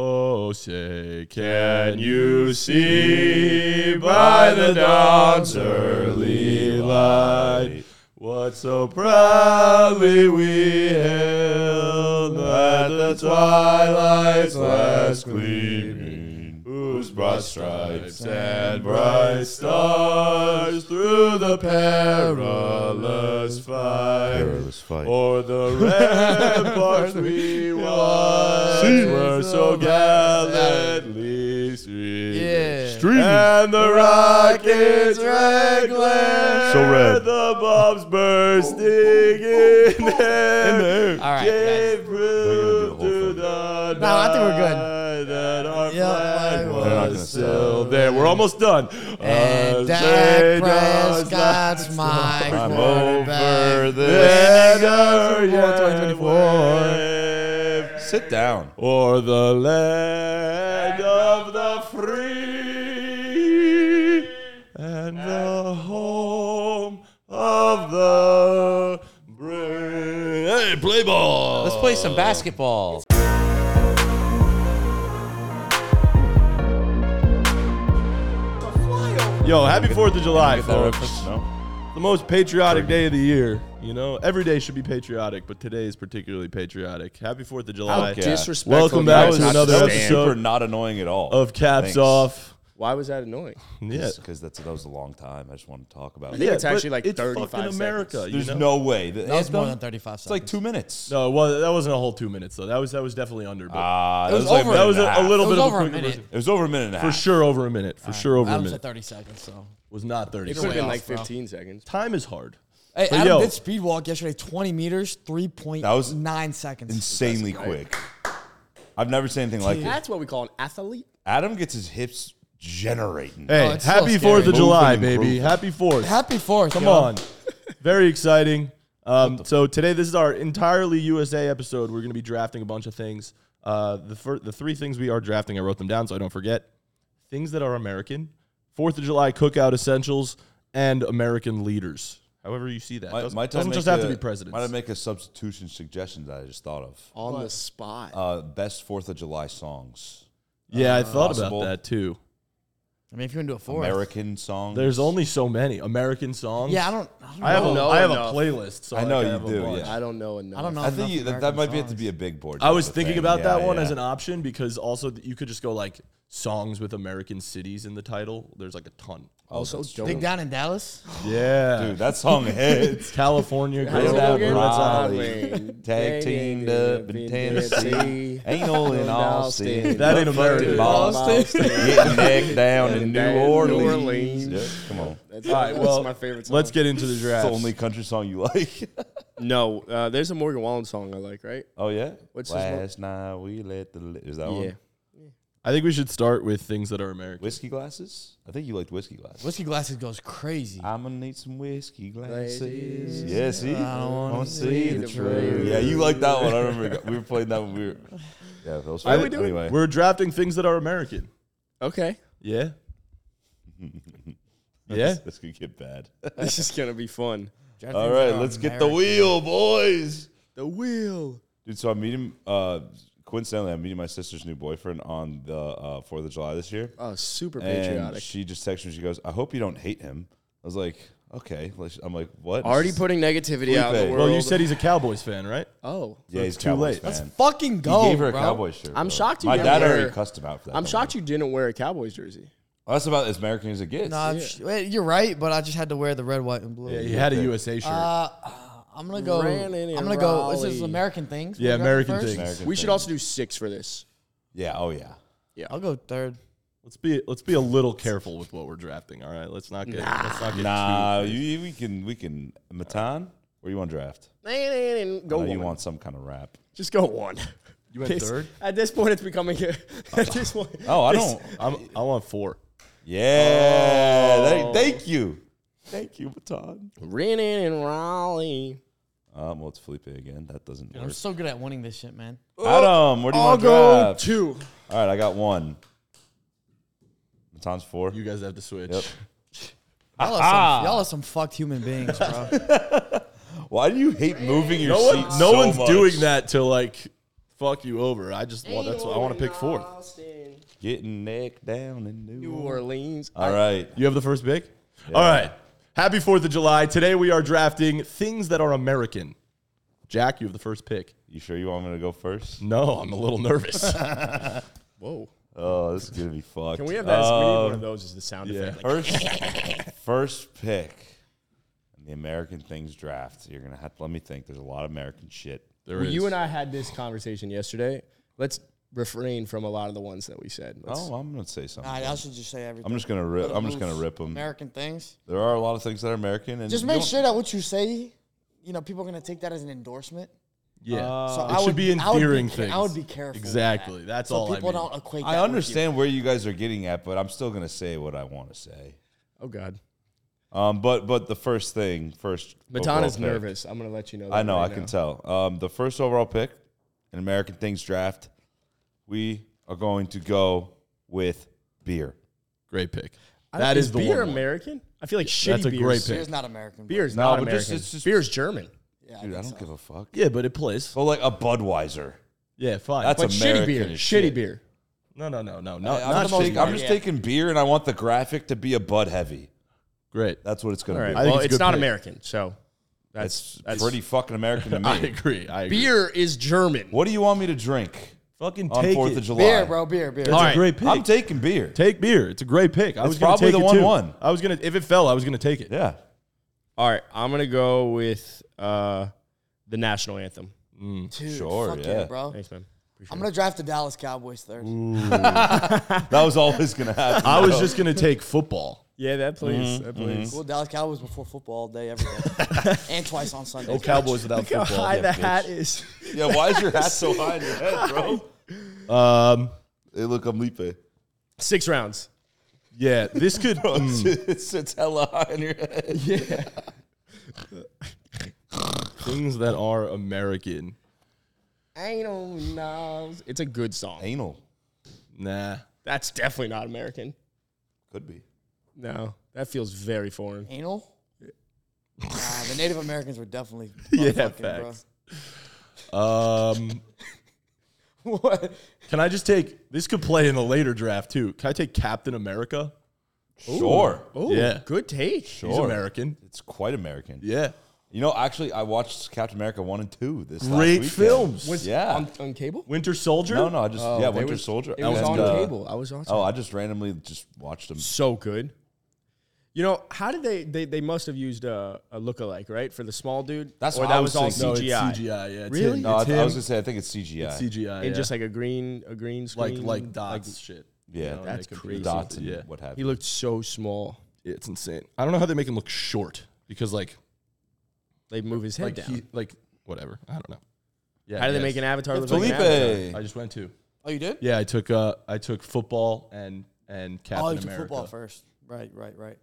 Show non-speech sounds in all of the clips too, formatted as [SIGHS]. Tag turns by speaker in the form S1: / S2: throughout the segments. S1: Oh, say, can you see by the dawn's early light what so proudly we hailed at the twilight's last gleaming, whose broad stripes and bright stars through the perilous fight
S2: Perilous fight.
S1: or the ramparts we once were so gallantly streaming.
S3: Yeah.
S2: Streaming.
S1: And the rockets red glare.
S2: So red.
S1: The bombs bursting
S2: [LAUGHS]
S1: in air.
S3: All right,
S1: Gave
S2: They're gonna do the
S1: proof
S2: whole
S1: to
S2: thing.
S1: the
S3: No, I think we're good.
S1: night That our
S3: Yeah,
S1: flag
S3: flag They're not
S2: was
S1: was
S2: gonna
S1: still there. We're almost done. Uh,
S3: And
S1: Us they
S3: Dak
S1: does not
S3: Prescott's [LAUGHS] my
S2: I'm over
S3: quarterback.
S2: this.
S4: Sit down.
S1: Or the land of the free and the home of the brave. Hey, play ball.
S3: Let's play some basketball.
S1: Yo, happy 4th of July,
S3: Get that
S1: folks.
S3: reference?
S1: The most patriotic day of the year. You know, every day should be patriotic, but today is particularly patriotic. Happy 4th of July.
S4: Okay.
S5: Disrespectful.
S1: Welcome
S5: of
S1: back
S5: you.
S1: to
S4: Not
S1: another
S4: stand.
S1: episode.
S4: Super not annoying at all.
S1: Of Caps
S4: Thanks.
S1: Off.
S5: Why was that annoying?
S1: Yeah.
S4: Because that's that was a long time. I just want to talk about it.
S5: think it's
S1: but
S5: actually like
S1: it's
S5: 35
S1: fucking
S5: seconds.
S1: America. you
S4: There's
S1: know?
S4: no way. That,
S3: That was more
S4: done?
S3: than 35 seconds.
S4: It's like two minutes.
S1: No, well, that wasn't a whole two minutes though. That was that was definitely under. But
S4: Ah,
S3: It was
S4: like
S3: over.
S4: minute
S1: that was
S4: and
S1: a, a
S4: half.
S1: little
S3: It was
S1: bit
S3: over
S1: of
S3: a
S1: a quicker
S3: minute.
S1: version.
S4: It was over a minute and a half.
S1: For sure, over a minute. For sure, over
S3: I
S1: a
S3: was
S1: minute.
S3: at 30 seconds, so.
S1: was not thirty.
S5: It could have been
S3: off,
S5: like
S3: bro.
S5: 15 seconds.
S1: Time is hard.
S3: Hey,
S1: But
S3: Adam
S1: yo-
S3: did speed walk yesterday, 20 meters, 3.9
S4: was
S3: seconds.
S4: insanely quick. I've never seen anything like it.
S5: That's what we call an athlete.
S4: Adam gets his hips generating.
S1: Hey,
S3: Oh, it's so
S1: happy
S3: scary.
S1: Fourth of
S4: Moving
S1: July,
S4: and
S1: baby!
S4: grooving.
S1: Happy Fourth.
S3: Happy fourth.
S1: Come
S3: yo.
S1: on, very exciting. Um, so today, this is our entirely USA episode. We're going to be drafting a bunch of things. Uh, the fir- the three things we are drafting, I wrote them down so I don't forget. Things that are American, Fourth of July cookout essentials, and American leaders. However you see that,
S4: Might-
S1: doesn't,
S4: might I
S1: doesn't
S4: make
S1: just have
S4: a-
S1: to be presidents.
S4: Might I make a substitution suggestion that I just thought of?
S5: On the spot.
S4: Uh, best Fourth of July songs,
S1: Yeah, I thought
S4: possible.
S1: about that too.
S3: I mean, if you want to do a fourth.
S4: American songs.
S1: There's only so many American songs.
S3: Yeah, I don't, I don't
S1: I have,
S3: know.
S1: a,
S5: know
S1: I have a
S5: enough.
S1: playlist. So
S4: I
S1: like,
S4: know you
S1: have a
S4: do,
S1: bunch.
S4: yeah.
S5: I don't know enough.
S3: I don't know.
S4: I think
S3: enough
S4: you, that, that
S3: American
S4: might be have to
S3: songs.
S4: be a big board.
S1: I was
S4: type of
S1: thinking
S4: thing.
S1: about that
S4: Yeah,
S1: one
S4: yeah.
S1: as an option because also th- you could just go like songs with American cities in the title. There's like a ton.
S5: Also, don't.
S3: Big down in Dallas?
S1: Yeah,
S4: Dude, that song hits.
S1: California, uh,
S4: Girls
S1: Girls
S4: that
S1: Out
S4: get
S1: Raleigh.
S4: Raleigh. Tag teamed up in Tennessee. [LAUGHS] Ain't all in Austin.
S1: That ain't
S4: Fucking
S1: American.
S4: Boston. [LAUGHS] Getting neck down in New
S5: Down in New
S4: Orleans.
S5: Orleans.
S4: Yeah, come on.
S5: That's,
S1: All right,
S5: that's
S1: well,
S5: my favorite song.
S1: Let's get into the
S4: That's
S1: draft.
S4: the only country song you [LAUGHS] like.
S5: No, uh, there's a Morgan Wallen song I like, right?
S4: oh, yeah?
S5: What's this one?
S4: Last night we let the. Li- Is that
S5: Yeah.
S4: one?
S1: I think we should start with things that are American.
S4: Whiskey glasses? I think you liked whiskey glasses.
S3: Whiskey glasses goes crazy.
S4: I'm gonna need some whiskey glasses.
S5: Glasses.
S4: Yeah, see,
S3: I don't wanna
S5: see the truth.
S4: Yeah, you like that one. I remember we were playing that when we were. Yeah, that was
S5: Why are
S4: fun.
S5: we doing-
S4: anyway.
S1: We're drafting things that are American.
S5: Okay.
S4: [LAUGHS]
S1: Yeah. yeah.
S4: this could get bad.
S5: This is going to be fun.
S3: Drafting
S4: All
S3: things that
S4: right,
S3: are
S4: let's get the
S3: American.
S4: wheel, boys.
S5: The wheel.
S4: Dude, so I'm meeting. Uh, coincidentally, I'm meeting my sister's new boyfriend on the uh, Fourth of July this year,
S5: [LAUGHS] Oh, super
S4: and
S5: patriotic.
S4: she just texted me. She goes, "I hope you don't hate him." I was like, "Okay." let's- I'm like, "What?"
S5: Already putting negativity out in the
S4: Felipe.
S5: world.
S1: Well, you said he's a Cowboys fan, right?
S5: Oh.
S4: Yeah, he's
S1: It's too
S4: too
S1: late.
S4: late.
S1: That's
S3: Fucking
S4: He
S3: go.
S4: gave her a
S3: bro.
S4: Cowboys shirt.
S5: I'm
S4: bro.
S5: shocked you
S4: My
S5: didn't
S4: dad
S5: wear-
S4: already cussed him out for that.
S5: I'm
S4: Don't
S5: shocked you didn't wear a Cowboys jersey.
S4: Well, that's about as American as it gets.
S3: Nah, I'm sh- wait, you're right, but I just had to wear the red, white, and blue.
S1: Yeah, he had a USA shirt.
S3: Uh, I'm gonna go.
S5: Ran in
S3: I'm gonna go. This is
S5: Raleigh.
S3: American things.
S1: Yeah,
S3: We're going
S1: American
S3: first.
S1: things.
S4: American
S5: We
S4: thing.
S5: should also do six for this.
S4: Yeah. Oh yeah.
S3: I'll go third.
S1: let's be let's be a little careful with what we're drafting. All right, let's not get let's not get
S4: Nah, you, you- we can we can Matan. Where you want to draft?
S5: Go
S4: I know
S5: one.
S4: you want some kind of rap.
S5: Just go one.
S1: You went third?
S5: At this point, it's becoming. A, [LAUGHS] at this point,
S4: Oh, I
S5: this-
S4: don't.
S1: I'm, I want four.
S4: Yeah. tha- thank you. Thank you, Matan.
S5: Ran in and Raleigh.
S4: Um, well, it's Felipe again. That doesn't
S3: I'm
S4: work.
S3: so good at winning this shit, man.
S4: Adam, where do you
S5: I'll
S4: want to
S5: go
S4: draft?
S5: two.
S4: All right, I got one. Matan's four.
S1: You guys have to switch.
S4: Yep.
S3: Y'all are, some, y'all are some fucked human beings, bro.
S4: Why do you hate moving your
S1: No,
S4: seat?
S1: one, no
S4: so
S1: one's
S4: much?
S1: doing that to like fuck you over. I just well, that's what I want to pick fourth.
S5: Austin,
S4: Getting neck down in New,
S5: New
S4: Orleans.
S5: Orleans.
S4: All right.
S1: You have the first pick? All right. Happy 4th of July. Today we are drafting things that are American. Jack, you have the first pick.
S4: You sure you want me to go first?
S1: No, I'm a little [LAUGHS] nervous.
S2: Whoa.
S4: Oh, this is gonna be fucked.
S5: Can we have that? as- we need one
S4: Um,
S5: of those as the sound
S1: yeah.
S5: effect. Like,
S4: first first pick in the American Things draft. You're gonna have to let me think. There's a lot of American shit.
S1: There
S5: well,
S1: is.
S5: you and I had this conversation yesterday. Let's refrain from a lot of the ones that we said. Let's-
S4: Oh, I'm gonna say something.
S3: All right, [LAUGHS] I should just say everything.
S4: I'm just gonna rip. I'm just gonna rip them.
S3: American things.
S4: There are a lot of things that are American, and
S3: Just
S4: you
S3: make
S4: don't-
S3: sure that what you say, you know, people are gonna take that as an endorsement.
S1: yeah.
S4: Uh,
S3: So
S1: it
S3: I
S1: should
S3: would
S1: be
S3: I would
S1: endearing
S3: ca-
S1: things.
S3: I would be careful. with that.
S1: Exactly. That's
S3: so
S1: all I
S3: people
S1: mean.
S3: don't equate.
S4: I
S3: that with you.
S4: understand where you guys are getting at, but I'm still gonna say what I want to say.
S5: oh God.
S4: Um, but but the first thing first. overall
S5: Matana's
S4: pick.
S5: nervous. I'm gonna let you know. That
S4: I know.
S5: right
S4: I can
S5: now.
S4: tell. Um, the first overall pick in American Things draft, we are going to go with beer.
S1: Great pick.
S5: I
S1: That
S5: don't-
S1: is the
S5: beer
S1: one.
S5: American. I feel like shitty.
S1: that's a great
S5: beers.
S1: pick.
S3: Beer's not American.
S5: Beer's
S4: No,
S5: not
S4: but
S5: American.
S4: just- it's just-
S5: Beer's German.
S3: Yeah,
S4: Dude, I,
S3: think
S4: don't
S3: so.
S4: give a fuck.
S1: Yeah, but it plays.
S4: So like a Budweiser.
S1: Yeah, fine.
S4: That's
S5: But shitty
S4: American
S5: beer.
S4: as
S5: Shitty
S4: shit.
S5: beer.
S1: no, no, no, no, no.
S5: Uh,
S4: I- I'm,
S1: not
S4: just taking, I'm
S1: shitty.
S4: just
S3: Yeah.
S4: taking beer, and I want the graphic to be a Bud heavy.
S1: Great.
S4: That's what it's going
S5: All right.
S4: to
S1: I
S4: be.
S1: think
S5: well,
S1: it's a
S5: it's,
S1: good
S5: not
S1: pick.
S5: American, so
S4: That's,
S5: that's that's
S4: pretty fucking American
S5: [LAUGHS]
S4: to
S1: I
S4: me.
S1: agree. I agree.
S5: Beer is German.
S4: what do you want me to drink
S1: Fucking
S4: on
S1: take
S4: Fourth
S1: it.
S4: of July?
S3: Beer, bro. Beer, beer.
S1: That's
S5: All
S1: a
S5: right.
S1: great pick.
S4: I'm taking beer.
S1: take beer. It's a great pick. I was gonna
S4: probably
S1: take
S4: the
S1: it
S4: one
S1: too.
S4: one.
S1: I was gonna if it fell, I was gonna take it.
S4: yeah,
S5: All right, I'm gonna go with uh, the national anthem.
S3: Dude,
S4: Sure,
S3: fuck
S4: yeah.
S3: bro.
S5: Thanks, man. Appreciate
S3: I'm gonna draft the Dallas Cowboys third.
S4: that was always going to happen.
S1: I was
S4: bro.
S1: just gonna take football. [LAUGHS]
S5: it. Yeah, that plays. That plays.
S3: Well, Dallas Cowboys before football all day, every day,
S1: [LAUGHS]
S3: and twice on Sunday.
S1: Oh, Cowboys [LAUGHS] without
S5: Look how
S1: football.
S5: high
S1: Yeah,
S5: the
S1: bitch.
S5: hat is.
S4: yeah. Why is your hat so high in your head, bro?
S1: Um,
S4: Hey, look, I'm Lipe.
S5: Six rounds.
S1: yeah, this [LAUGHS] could. mm,
S4: [LAUGHS] it's, it's hella high in your head.
S1: things that are American.
S5: Anal knobs. It's a good song.
S4: Anal
S1: Nah.
S5: That's definitely not American.
S4: could be.
S5: No, that feels very [LAUGHS] foreign.
S3: Anal. Nah, the Native Americans were definitely
S1: [LAUGHS] Yeah,
S3: motherfucking,
S1: facts. Um,
S3: Bro. What?
S1: can I just take this? Could play in a later draft too. Can I take Captain America?
S4: Sure,
S5: Oh,
S1: Yeah.
S5: good take.
S4: sure.
S1: He's American.
S4: It's quite American.
S1: Yeah.
S4: You know, actually, I watched Captain America one and two this last
S1: Great
S4: weekend.
S1: films.
S5: Was
S4: Yeah.
S5: on, on cable?
S1: Winter Soldier.
S4: No, no, I just yeah,
S5: there
S4: Winter
S5: was-
S4: Soldier.
S5: It was
S4: and,
S5: on
S4: uh,
S5: cable. I was on.
S4: Oh, I just randomly just watched them.
S5: so good. You know how did they? They, they must have used a, a lookalike, right, for the small dude.
S4: That's
S5: or
S4: what
S5: that
S4: I
S5: was,
S4: was
S5: all
S4: thinking.
S1: No,
S5: CGI.
S1: it's CGI. Yeah, it's
S5: Really?
S1: him.
S4: No, I,
S1: It's
S4: I was
S1: him.
S4: gonna say I think it's CGI.
S1: It's CGI.
S5: and
S1: yeah.
S5: just like a green a green
S1: like
S5: screen.
S1: like dots shit.
S4: Yeah,
S1: and
S5: That's
S1: they can
S5: crazy.
S1: put
S4: dots
S1: it-
S4: and
S1: Yeah,
S4: what have
S5: He
S4: you.
S5: looked so small.
S1: it's insane. I don't know how they make him look short because like
S5: They move his head
S1: like
S5: down.
S1: he like whatever. I don't know. Yeah.
S5: how do they
S1: yes.
S5: make an avatar look like
S4: Felipe.
S5: an avatar?
S1: I just went to.
S3: Oh, you did?
S1: Yeah, I took uh, I took football and and Captain
S3: oh, you took
S1: America.
S3: football first. Right, right, right.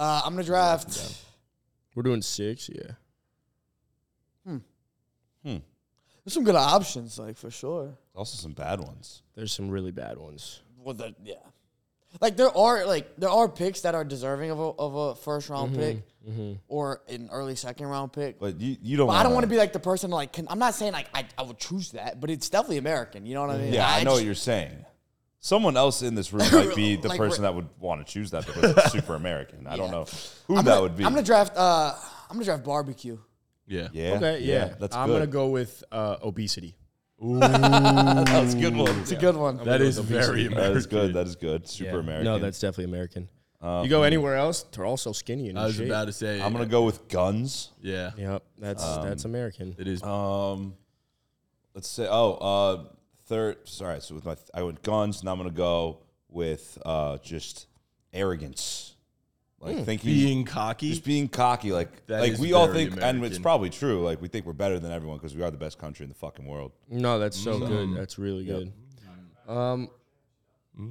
S3: Uh, I'm gonna draft.
S5: We're doing six, yeah.
S3: There's some good options, like for sure.
S4: Also, some bad ones.
S5: There's some really bad ones.
S3: Well, the, yeah. Like there are like there are picks that are deserving of a, of a first round
S1: Mm-hmm.
S5: Mm-hmm.
S3: pick or an early second round pick. But,
S4: But you, you don't.
S3: I don't
S1: uh,
S4: wanna-
S3: want to be like the person like can, I'm not saying like I, I would choose that, but it's definitely American. You know
S1: Mm-hmm.
S3: what I mean?
S4: Yeah, I, know
S3: just-
S4: what you're saying. Someone else in this room
S3: [LAUGHS]
S4: might be the
S3: Like,
S4: person
S3: we're-
S4: that would want to choose that because it's super American. I don't
S3: Yeah.
S4: know who
S3: I'm
S4: that
S3: gonna,
S4: would be.
S3: I'm gonna draft. Uh, I'm gonna draft barbecue.
S1: Yeah.
S4: yeah,
S5: Okay, yeah.
S4: that's
S5: I'm
S4: good.
S5: gonna go with uh, obesity.
S4: That's a good one.
S3: It's a good one.
S1: That is very American.
S4: That is good. That is good. Super American.
S5: No, that's definitely American. you go anywhere else, they're all so skinny and
S1: I was
S5: shit.
S1: about to say.
S4: I'm gonna go with guns.
S1: Yeah.
S5: Yep, that's that's American.
S1: It is.
S4: Um, let's say. Oh, uh, third. Sorry. So with my, I went guns. Now I'm gonna go with uh, just arrogance, like
S3: Hmm.
S4: thinking,
S1: being cocky.
S4: just being cocky. Like,
S1: That
S4: like
S1: is
S4: we all
S1: very
S4: think, and it's
S1: American.
S4: probably true. Like we think we're better than everyone because we are the best country in the fucking world.
S5: No, that's so good. That's really good. Um,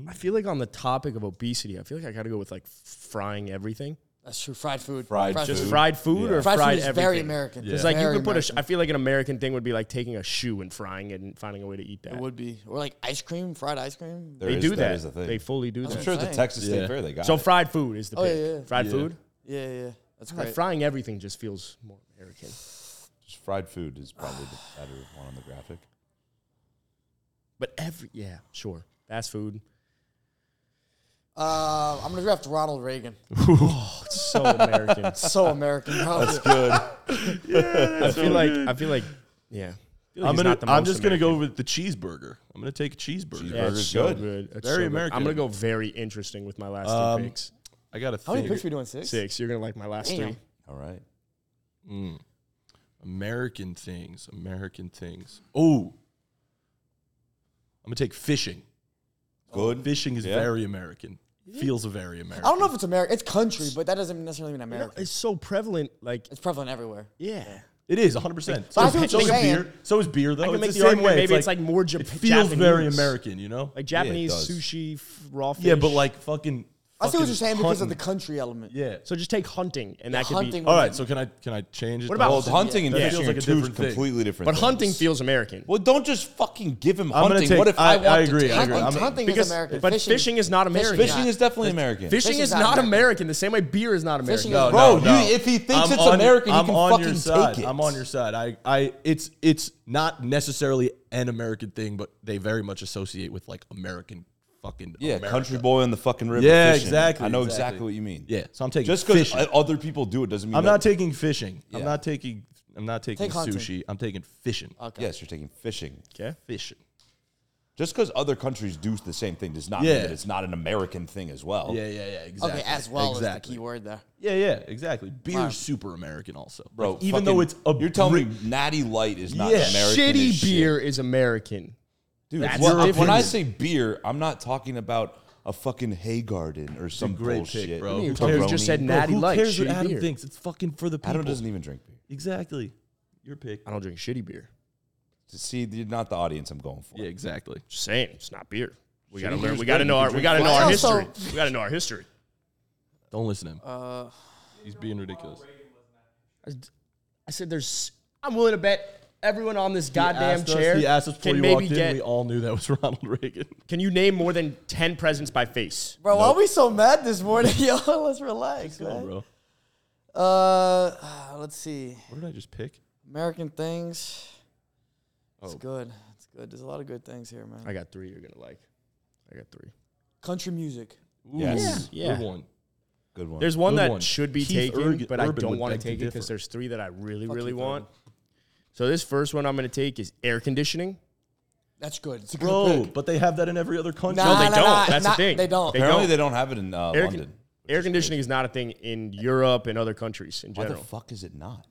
S5: I feel like on the topic of obesity, I feel like I got to go with like frying everything,
S3: That's true. Fried food.
S4: Fried
S5: just
S4: Food.
S5: fried food or
S3: Fried,
S5: fried,
S3: food is
S5: everything.
S3: very American.
S1: Yeah.
S5: It's like you
S3: Very
S5: could put a. sh-
S3: American.
S5: I feel like an American thing would be like taking a shoe and frying it and finding a way to eat that.
S3: It would be or like ice cream, fried ice cream.
S4: There
S5: they
S4: is-
S5: do that.
S4: is a thing.
S5: They fully do
S4: I'm
S5: that.
S4: sure at the
S3: saying.
S4: Texas State
S1: Yeah.
S4: Fair they got.
S5: So
S4: it.
S5: fried food is the
S3: Oh,
S5: pick.
S3: yeah, yeah.
S5: Fried
S1: Yeah.
S5: food.
S3: Yeah, yeah, that's
S5: Like
S3: great.
S5: frying everything just feels more American.
S4: Just fried food is probably the better one on the graphic.
S5: But every yeah, sure. Fast food.
S3: Uh, I'm gonna draft Ronald Reagan.
S5: It's so American.
S3: So American. bro.
S4: Good.
S5: I feel like I feel like yeah.
S1: I'm gonna. I'm just gonna go with the cheeseburger. I'm gonna take cheeseburger.
S4: Yeah. Burger's
S5: so
S4: good.
S5: good. It's
S1: Very
S5: so good.
S1: American.
S5: I'm gonna go very interesting with my last
S1: Um,
S5: two picks.
S1: I gotta think.
S3: How many picks are we doing? Six.
S5: Six. You're gonna like my last
S3: Damn.
S5: three.
S4: All right.
S1: Mm. American things. American things. Oh, I'm gonna take fishing. Oh,
S4: Good.
S1: Fishing is
S4: Yeah.
S1: very American. Feels very American.
S3: I don't know if it's American. It's country, but that doesn't necessarily mean American.
S5: It's so prevalent. Like
S3: It's prevalent everywhere.
S5: yeah,
S1: It is 100. percent
S3: But I see what
S1: so
S3: you're
S1: is
S3: saying.
S1: beer. So is beer though.
S5: I can
S1: Oh, it's
S5: make
S1: the,
S5: the
S1: same
S5: argument.
S1: way.
S5: Maybe it's like, more Jap-
S1: it feels very
S5: Japanese.
S1: American. You know.
S5: like Japanese
S4: does.
S5: sushi, f- raw fish.
S1: yeah, but like fucking.
S3: I see what
S1: fucking
S3: you're saying because of the
S1: hunting.
S3: country element.
S1: Yeah.
S5: so just take hunting, and that could be.
S3: hunting.
S1: All right. So can I can I change it?
S5: What about-
S4: Well, hunting and
S1: Yeah.
S4: fishing
S1: Feels like
S4: are
S1: a
S4: two
S1: different thing.
S4: completely different.
S5: But
S4: things.
S5: hunting feels American.
S4: Well, don't just fucking give him
S1: I'm gonna
S4: hunting.
S1: take-
S4: what if I,
S1: I-
S4: want
S1: I
S4: to
S1: agree,
S4: take
S1: I agree.
S4: hunting?
S1: I'm-
S3: Hunting
S5: because
S3: is American.
S5: but fishing, is not American.
S3: Fishing
S4: Fishing is definitely American.
S5: Fishing
S3: Fishing's
S5: is
S3: not
S5: not American.
S3: American.
S5: The same way beer is not American.
S3: Fishing is-
S4: Bro, Oh, you- if he thinks it's American, he
S1: I'm
S4: can
S1: on your
S4: fucking
S1: side.
S4: take it.
S1: I'm on your side. I, I, it's, it's not necessarily an American thing, but they very much associate with like American fucking.
S4: Yeah,
S1: America.
S4: country boy on the fucking river.
S1: Yeah,
S4: fishing.
S1: exactly,
S4: I know
S1: exactly.
S4: exactly, what you mean.
S1: Yeah, so I'm taking
S4: Just because
S1: fishing.
S4: other people do it doesn't mean
S1: I'm
S4: that-
S1: not taking fishing. I'm
S4: Yeah.
S1: not taking. I'm not taking
S3: Take hunting.
S1: sushi. I'm taking fishing.
S4: Yes, you're taking fishing.
S5: Okay.
S1: Fishing.
S4: Just because other countries do the same thing does not
S1: Yeah.
S4: mean that it's not an American thing as well.
S1: Yeah, yeah, yeah. Exactly.
S3: Okay, as well
S1: exactly.
S3: as the key word there.
S1: Yeah, yeah, exactly. Beer's
S3: Wow.
S1: super American, also,
S4: Bro,
S1: Like, even
S4: fucking-
S1: though it's a
S4: you're telling
S1: Brit-
S4: me Natty Light is not
S1: Yeah.
S4: American.
S5: Shitty
S4: as shit.
S5: beer is American.
S4: Dude,
S5: That's
S4: what-
S5: your
S4: when I
S5: opinion.
S4: say beer, I'm not talking about a fucking hay garden or some
S1: great
S4: bullshit.
S1: pick, bro.
S5: Who
S1: Who
S5: cares?
S4: Pepperoni.
S5: Just said
S1: Bro,
S5: natty
S1: who
S5: light.
S1: cares what
S5: shitty
S1: Adam
S5: beer.
S1: thinks? It's fucking for the people.
S4: Adam doesn't even drink beer.
S1: exactly. Your pick.
S5: I don't drink shitty beer.
S4: See, you're not the audience I'm going for.
S1: Yeah, exactly.
S5: Just saying, it's not beer. We gotta
S4: Shitty
S5: learn.
S4: beer's
S5: We gotta
S4: good.
S5: know
S4: You
S5: our.
S4: can
S5: We
S4: drink
S5: gotta know
S3: wine.
S5: our
S3: Also-
S5: history. We gotta know our history.
S1: Don't listen to him.
S3: Uh,
S1: He's being ridiculous.
S5: I said, "There's." I'm willing to bet everyone on this goddamn
S1: asked
S5: chair
S1: Us, he asked us before
S5: can
S1: you
S5: maybe
S1: walked
S5: get.
S1: in. We all knew that was [LAUGHS] Ronald Reagan.
S5: Can you name more than ten presents by face?
S3: bro, why are we so mad this morning, [LAUGHS] yo? Let's relax,
S1: Come on,
S3: man.
S1: bro.
S3: Uh, let's see.
S1: What did I just pick?
S3: American things. It's good. It's good. There's a lot of good things here, man.
S5: I got three. You're gonna like. I got three.
S3: Country music.
S1: Ooh,
S4: Yes.
S5: Yeah.
S1: Good one.
S4: Good one.
S5: There's one
S1: Good
S5: that
S1: one.
S5: should be
S1: Keith
S5: taken,
S1: Urg-
S5: but I
S1: Urban
S5: don't
S1: would
S5: want to
S1: beg to
S5: take it because
S1: differ.
S5: there's three that I really, really
S3: Keith
S5: want. So this first one I'm gonna take is air conditioning.
S3: That's good. It's a good
S1: Bro,
S3: pick.
S1: but they have that in every other country.
S3: Nah,
S5: they
S3: nah,
S5: don't.
S3: nah,
S5: That's the
S3: nah,
S5: thing.
S3: They don't.
S5: They-
S4: Apparently,
S5: don't-
S4: they don't have it in uh,
S5: Air,
S4: London.
S5: air conditioning is not a thing in Europe and other countries in
S4: Why the
S5: general.
S4: fuck is it not?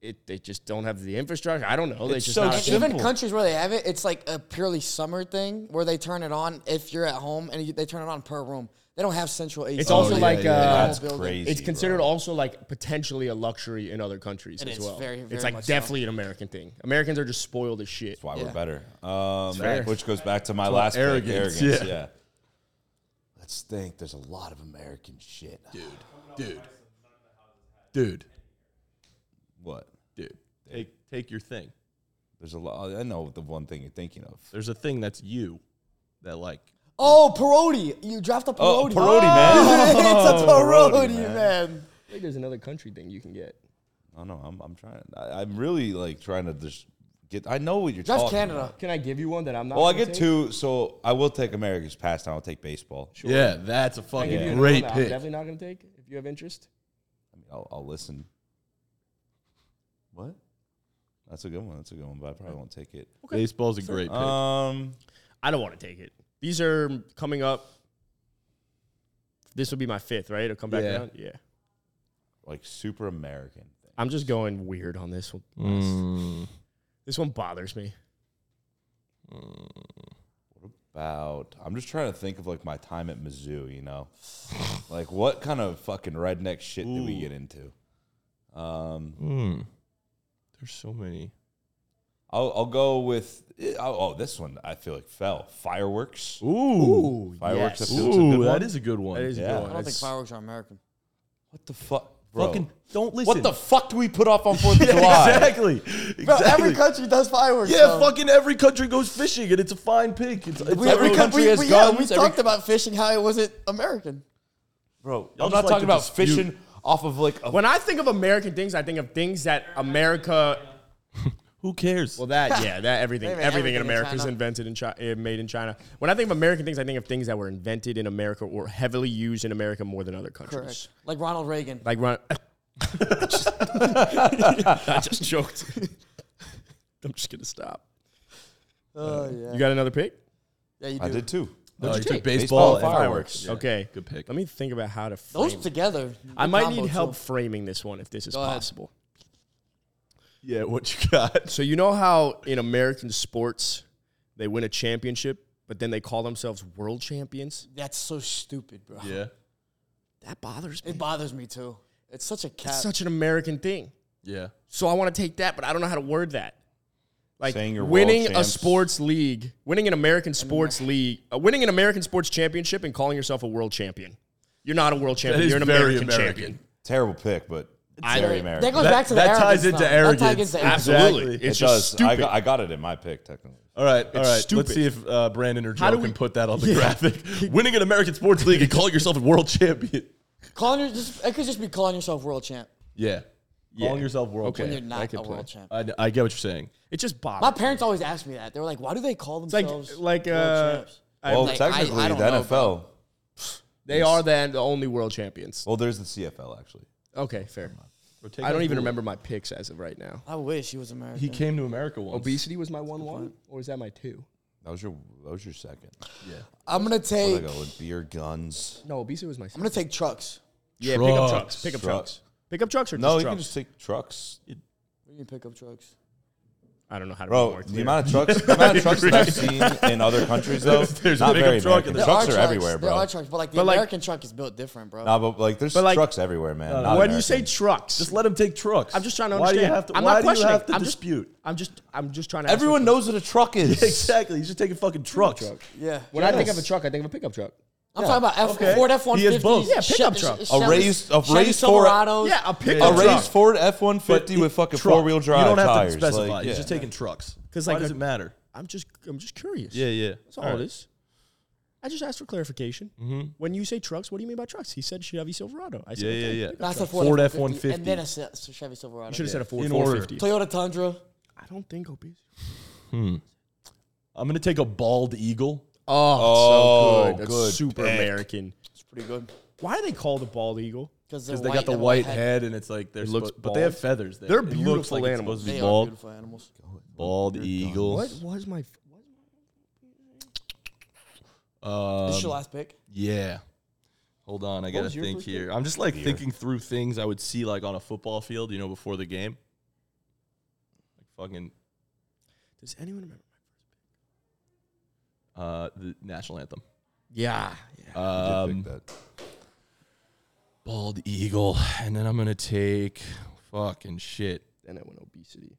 S5: It, they just don't have the infrastructure. I don't know. They
S4: It's
S5: just
S4: so
S5: not a
S3: And
S5: thing.
S4: simple.
S3: even countries where they have it, it's like a purely summer thing where they turn it on if you're at home and you, they turn it on per room. They don't have central AC.
S5: It's also
S1: yeah,
S5: like
S1: yeah,
S5: uh,
S4: That's
S3: building.
S4: crazy.
S5: it's considered
S4: bro.
S5: also like potentially a luxury in other countries
S3: It
S5: as
S3: is
S5: well.
S3: very, very
S5: it's like
S3: much so.
S5: definitely an American thing. Americans are just spoiled as shit.
S4: That's why
S3: Yeah.
S4: we're better. Um,
S5: fair.
S4: which goes back to my last
S1: arrogance,
S4: Pick, arrogance.
S1: yeah.
S4: Yeah. Let's think. There's a lot of American shit.
S1: Dude. Dude.
S4: What?
S1: Dude. Take, take your thing.
S4: There's a lot. I know the one thing you're thinking of.
S1: There's a thing that's you that like.
S3: Oh, parody. You dropped a
S4: Oh,
S3: parody.
S4: Parodi, man.
S3: [LAUGHS] it's a parody,
S4: Parody, man.
S3: man.
S5: I think there's another country thing you can get.
S4: Oh no, I'm I'm trying. I, I'm really like trying to just get. I know what you're
S3: That's
S4: talking.
S3: Canada.
S4: About.
S5: Can I give you one that I'm not?
S4: Well, I
S5: gonna
S4: get
S5: take?
S4: two, so I will take America's pastime. I'll take baseball.
S1: Yeah, that's a
S5: Can I give
S1: fucking
S5: you another one
S1: great
S5: that I'm
S1: pick.
S5: definitely not going to take if you have interest.
S4: I mean, I'll, I'll listen. What? That's a good one. That's a good one, but I probably won't take it.
S1: Baseball's a great pick.
S4: Um,
S5: I don't want to take it. These are coming up. This would be my fifth, right? It'll come back
S1: Yeah.
S5: around. Yeah.
S4: like super American thing.
S5: I'm just going weird on this one.
S1: Mm.
S5: This one bothers me.
S4: About I'm just trying to think of like my time at Mizzou. You know, like what kind of fucking redneck shit did we
S1: Ooh.
S4: get into? Um,
S1: Mm. There's so many.
S4: I'll, I'll go with eh, oh, oh this one. I feel like fell fireworks.
S1: Ooh.
S4: Fireworks
S5: yes.
S4: up to- Ooh, Ooh,
S1: that
S4: that
S1: is a good one.
S5: That is a [LAUGHS]
S4: Yeah.
S5: good
S3: I
S5: one.
S3: don't think
S5: It's-
S3: fireworks are American.
S4: What the fuck, bro?
S1: Fucking don't listen.
S4: what the fuck do we put off on
S1: [LAUGHS]
S4: Fourth of July?
S1: Exactly. exactly.
S3: Bro, every country does fireworks.
S1: yeah,
S3: so.
S1: fucking every country goes fishing, and it's a fine pick. It's, it's
S3: We,
S1: every
S3: we-
S1: country.
S3: we,
S4: has
S3: we, yeah,
S4: guns,
S3: we
S4: every-
S3: talked about fishing, how it wasn't American.
S4: bro.
S1: Y'all
S4: I'm
S1: just
S4: not
S1: like to
S4: talking about
S1: dispute.
S4: fishing off of like a
S5: When I think of American things, I think of things that America
S1: Who cares?
S3: [LAUGHS]
S5: Well, that yeah, that everything
S3: Wait a minute,
S5: everything,
S3: everything
S5: in
S3: in
S5: America is
S3: China.
S5: invented in China, made in China. When I think of American things, I think of things that were invented in America or heavily used in America more than other countries.
S3: Correct. Like Ronald Reagan.
S1: [LAUGHS]
S5: Like run. [LAUGHS] I just joked. [LAUGHS] I'm just gonna stop.
S3: Oh yeah.
S5: You got another pick? Oh,
S3: yeah, you do.
S4: I did too.
S1: No, Oh, you took
S4: Baseball
S1: baseball,
S4: and
S1: and
S4: fireworks.
S1: fireworks.
S5: Okay,
S1: good pick.
S5: Let me think about how to frame.
S3: Those together.
S5: I
S3: the
S5: might
S3: combo
S5: need help
S3: too.
S5: framing this one if this is
S3: Go ahead.
S5: possible.
S1: Yeah, what you
S5: [LAUGHS]
S1: got?
S5: So you know how in American sports they win a championship, but then they call themselves world champions.
S3: That's so stupid, bro.
S1: Yeah,
S5: That bothers me.
S3: It bothers me too. It's such a cat.
S5: It's such an American thing.
S1: yeah.
S5: So I want to take that, but I don't know how to word that. Like
S4: Saying you're world
S5: winning a
S4: champs.
S5: sports league, winning an American sports league, uh, winning an American sports championship, and calling yourself a world champion. You're not a world champion.
S1: is
S5: You're an
S1: very
S5: American,
S1: American.
S5: champion.
S4: Terrible pick, but very American.
S3: That goes
S1: That-
S3: back to the
S1: that ties
S3: arrogance
S1: into
S3: though. That ties
S1: arrogance.
S3: into arrogance.
S1: Absolutely.
S5: Absolutely,
S1: Exactly.
S5: it's
S4: it
S5: just
S4: does. I
S5: stupid.
S4: got, I got it in my pick technically.
S1: All right, all right.
S5: stupid.
S1: Let's see if uh, Brandon or Joe
S5: do we-
S1: can put that on the graphic. Winning an American sports league and call yourself a world champion.
S3: Calling your, just, it could just be calling yourself world champ
S1: Yeah, calling yourself world
S5: Okay.
S3: when
S1: champion.
S3: you're not
S5: I
S3: a
S5: could play.
S3: world champ.
S1: I, I get what you're saying.
S5: it just bothers.
S3: My parents always asked me that. They were like, "Why do they call
S5: like-
S3: themselves
S5: like,
S3: world
S5: uh,
S3: champs?"
S4: Well,
S3: like, I- I
S4: technically,
S3: don't
S4: the
S3: know,
S4: NFL.
S5: They are then the only world champions.
S4: Well, there's the CFL actually.
S5: Okay, fair.
S1: Or take
S5: I don't
S1: out
S5: even
S1: Google.
S5: remember my picks as of right now.
S3: I wish he was American.
S1: He came to America once.
S5: Obesity was my one one, or is that my two?
S4: That was your that was your second.
S3: I'm gonna
S4: Where'd I
S3: take.
S4: go with beer guns.
S5: No, obesity was my. Second.
S3: I'm gonna take trucks.
S5: Yeah, pickup
S1: Trucks.
S5: trucks. Pickup
S4: Truck.
S5: trucks. Pickup trucks or just
S4: No, you
S5: trucks?
S4: can just take trucks,
S3: We need pickup trucks.
S5: I don't know how to. be
S4: bro.
S5: more
S4: The
S5: clear.
S4: amount of trucks, the amount of trucks that I've
S1: [LAUGHS]
S4: seen in other countries though,
S1: There's a
S4: not
S1: pickup
S4: very
S1: truck
S4: American.
S1: and
S4: Trucks,
S3: There
S4: are, everywhere,
S3: There
S4: bro.
S3: are trucks, but like the
S5: But, like-
S3: American truck is built different, bro.
S4: Nah, but like there's
S5: But, like-
S4: trucks everywhere, man.
S1: no.
S4: not
S5: When you
S4: American.
S5: say trucks,
S1: Just let him take trucks.
S5: I'm just trying to
S1: Why do you
S5: understand.
S1: have to?
S5: I'm
S1: why
S5: not
S1: do you
S5: questioning.
S1: have to
S5: I'm just-
S1: dispute? [LAUGHS]
S5: I'm just I'm just trying to. ask
S4: everyone
S5: a
S4: knows what a truck is,
S1: exactly. He's just taking fucking trucks.
S5: truck.
S3: yeah,
S5: When I think of a truck, I think of a pickup truck.
S3: I'm talking about F-
S1: okay.
S3: Ford F150s.
S1: He has both.
S5: Yeah, pickup truck. A
S3: Chevys-
S4: raised- a
S3: Chevy
S4: raised Ford-
S3: Silverados.
S5: Yeah, a pickup
S4: a
S1: Yeah.
S5: truck.
S4: raised Ford F one fifty with fucking
S1: truck.
S4: four wheel drive.
S1: You don't have
S4: tires.
S1: to specify.
S4: Like,
S1: He's
S4: yeah.
S1: just taking trucks.
S5: 'Cause,
S1: Why
S5: like,
S1: does
S5: a-
S1: it matter?
S5: I'm just I'm just curious.
S1: Yeah, yeah.
S5: That's all, it is. I just asked for clarification. When you say trucks, what do you mean by trucks? He said Chevy Silverado. I said
S1: Yeah, yeah,
S5: okay,
S1: yeah.
S5: pickup
S3: That's a
S5: truck.
S3: Ford,
S1: Ford
S3: F150,
S1: F-150.
S3: and then a Se- Chevy Silverado.
S5: You should have said a Ford
S1: In order.
S5: 450.
S3: Toyota Tundra.
S5: I don't think obese.
S1: I'm gonna take a bald eagle.
S5: Oh,
S4: Oh,
S5: so good. That's
S4: good
S5: super
S4: pick.
S5: American.
S3: It's pretty good
S5: Why are they called the bald eagle?
S3: because
S1: Because they got the white head and it's like they're
S5: It looks
S1: supposed- but they have
S5: bald.
S1: feathers. There.
S5: They're
S1: It looks
S5: beautiful
S1: like it's
S5: animals.
S1: supposed to
S3: They
S1: be
S3: are
S1: bald.
S3: beautiful animals.
S1: Bald eagle.
S5: What was my? What?
S3: This
S1: Um,
S3: is your last pick.
S1: yeah. Hold on, I gotta
S5: was your
S1: think
S5: first pick?
S1: here. I'm just like thinking through things I would see like on a football field, you know, before the game. Like fucking
S5: Does anyone remember?
S1: uh, the national anthem.
S5: Yeah, yeah.
S4: You
S1: Um,
S4: did pick that.
S1: bald eagle, and then I'm gonna take fucking shit.
S5: then I went obesity.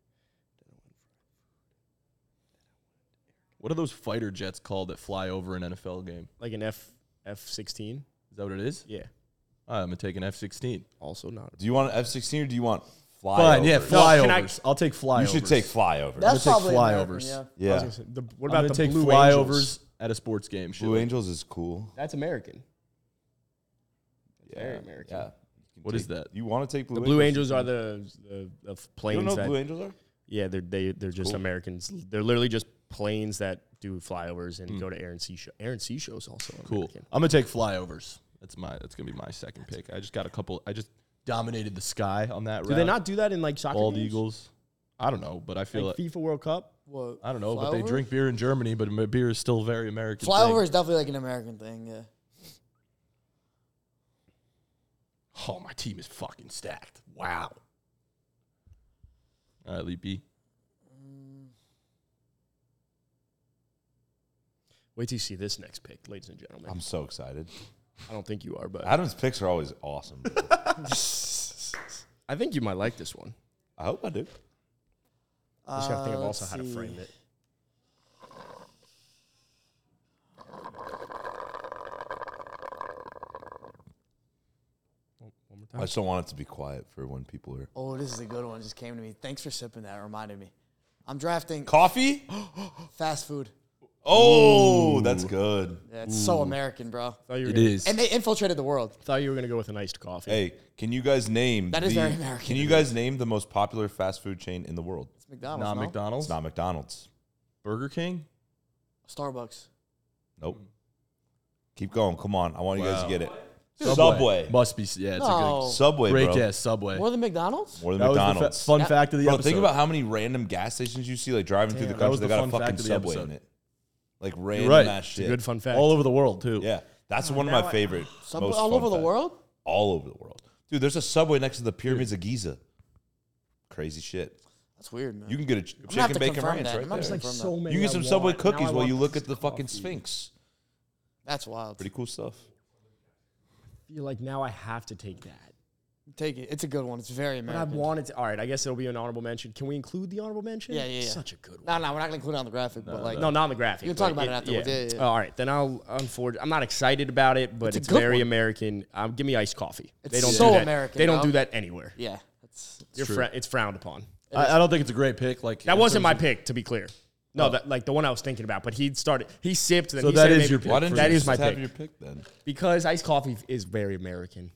S1: What are those fighter jets called that fly over an NFL game?
S5: Like an F F sixteen.
S1: Is that what it is?
S5: Yeah.
S1: All right, I'm gonna take an F-16.
S5: Also not.
S4: Do you want an F sixteen or do you want flyovers?
S1: Fine, yeah,
S5: No, can I-
S1: flyovers. I'll take flyovers.
S4: You should take flyovers.
S3: That's
S1: take
S3: probably American,
S1: flyovers.
S3: yeah.
S5: I was
S4: yeah,
S5: gonna say, the- what
S1: I'm
S5: about
S1: gonna
S5: the
S1: take
S5: blue
S1: flyovers
S5: Angels?
S1: at a sports game. Shit.
S4: Blue Angels is cool.
S5: That's American.
S4: Yeah,
S5: very American.
S4: Yeah. You can
S1: What is
S4: take-
S1: that?
S4: You want to take Blue
S5: The blue angels are the the, the f-
S4: You
S5: planes
S4: don't know
S5: that
S4: what Blue Angels are?
S5: yeah they're they, they're just Americans. They're literally just planes that do flyovers and go to air and sea show. Air and sea shows also
S1: Cool.
S5: American.
S1: I'm gonna take flyovers. That's my. That's gonna be my second pick. I just got a couple. I just dominated the sky on that.
S5: Do they not do that in like soccer?
S1: bald
S5: games?
S1: eagles? I don't know, but I feel
S5: like
S1: like,
S5: FIFA World Cup.
S3: What,
S1: I don't know. But they
S3: flyover?
S1: drink beer in Germany, but m- beer is still very American. thing.
S3: Flyover is definitely like an American thing. Yeah.
S1: Oh, my team is fucking stacked. Wow. All right, Leapy.
S5: Wait till you see this next pick, ladies and gentlemen.
S4: I'm so excited.
S5: I don't think you are, but I,
S4: Adam's picks are always awesome. bro.
S5: think you might like this one.
S4: I hope
S1: [LAUGHS]
S4: I do.
S5: I just gotta think of
S3: Uh,
S5: also how to
S3: let's
S5: frame
S3: see.
S5: it. Oh, One more
S4: I
S5: time.
S4: just don't want it to be quiet for when people are
S3: Oh, this is a good one. Just came to me. Thanks for sipping that. It reminded me. I'm drafting
S4: coffee. [GASPS]
S3: fast food.
S4: Oh, that's good.
S3: Yeah, it's so American, bro.
S5: Thought you were
S1: It
S5: gonna-
S1: is.
S3: And they infiltrated the world.
S5: Thought you were gonna go with an iced coffee.
S4: Hey, can you guys name
S3: That is
S4: the-
S3: very American.
S4: Can you guys name the most popular fast food chain in the world?
S3: It's McDonald's.
S1: Not
S3: no?
S1: McDonald's.
S4: It's not McDonald's.
S1: Burger King.
S3: Starbucks.
S4: Nope. Keep going. Come on. I want you guys to
S1: Wow.
S4: get it. Subway.
S1: Must be. Yeah, it's
S3: No.
S4: Subway,
S1: a good great
S4: bro.
S1: guess. Subway.
S3: More than McDonald's?
S4: More than
S1: That was the
S4: McDonald's.
S1: fa- fun fact of the
S4: bro,
S1: episode.
S4: think about how many random gas stations you see like driving through the
S5: Damn.
S1: That was
S4: country.
S1: the
S4: They got a
S1: fun fact
S4: fucking
S1: of the
S4: subway in
S1: episode.
S4: it. Like random
S1: right.
S4: ass shit.
S5: Good fun fact.
S1: all over the world too.
S4: Yeah, that's one of my
S3: [SIGHS]
S4: favorite.
S3: Subway
S4: most
S3: all
S4: fun
S3: over the
S4: facts.
S3: world?
S4: All over the world, dude. There's a subway next to the pyramids of Giza. Crazy shit.
S3: That's weird, man.
S4: You can get a ch-
S3: I'm gonna have
S4: chicken
S3: to
S4: bacon
S3: confirm
S4: ranch
S3: that.
S4: right
S3: I'm not
S4: there.
S3: just like From so
S4: you can get some subway cookies while you look at the fucking Sphinx.
S3: That's wild.
S4: Pretty cool stuff.
S5: You're like, now I have to take that.
S3: Take it. It's a good one. It's very
S5: But I
S3: American.
S5: wanted to. All right, I guess it'll be an honorable mention. Can we include the honorable mention?
S3: Yeah, yeah, yeah.
S5: Such a good one.
S3: No, no, we're not gonna include it on the graphic, but like
S5: No, not on the graphic.
S3: You can talk
S5: but
S3: about it afterwards. Yeah, yeah, yeah.
S5: all right, then I'll. Unfortunately, I'm not excited about it, but
S3: It's a
S5: it's,
S3: good
S5: very
S3: one.
S5: American. Um, give me iced coffee.
S3: It's
S5: they don't
S3: so
S5: do that.
S3: American,
S5: They don't
S3: bro.
S5: do that anywhere.
S3: yeah. It's,
S5: You're fr- it's frowned upon.
S1: I, I don't think it's a great pick. Like
S5: That
S1: in
S5: wasn't
S1: terms
S5: my
S1: of-
S5: pick, to be clear. No, that, like the one I was thinking about, but he started. He sipped. And then
S1: Oh. So
S5: he
S1: that
S5: said
S1: is
S5: maybe-
S1: your pick
S4: Why didn't
S5: That
S4: you
S5: is my
S4: just have
S5: pick
S4: your pick then?
S5: because iced coffee is very American.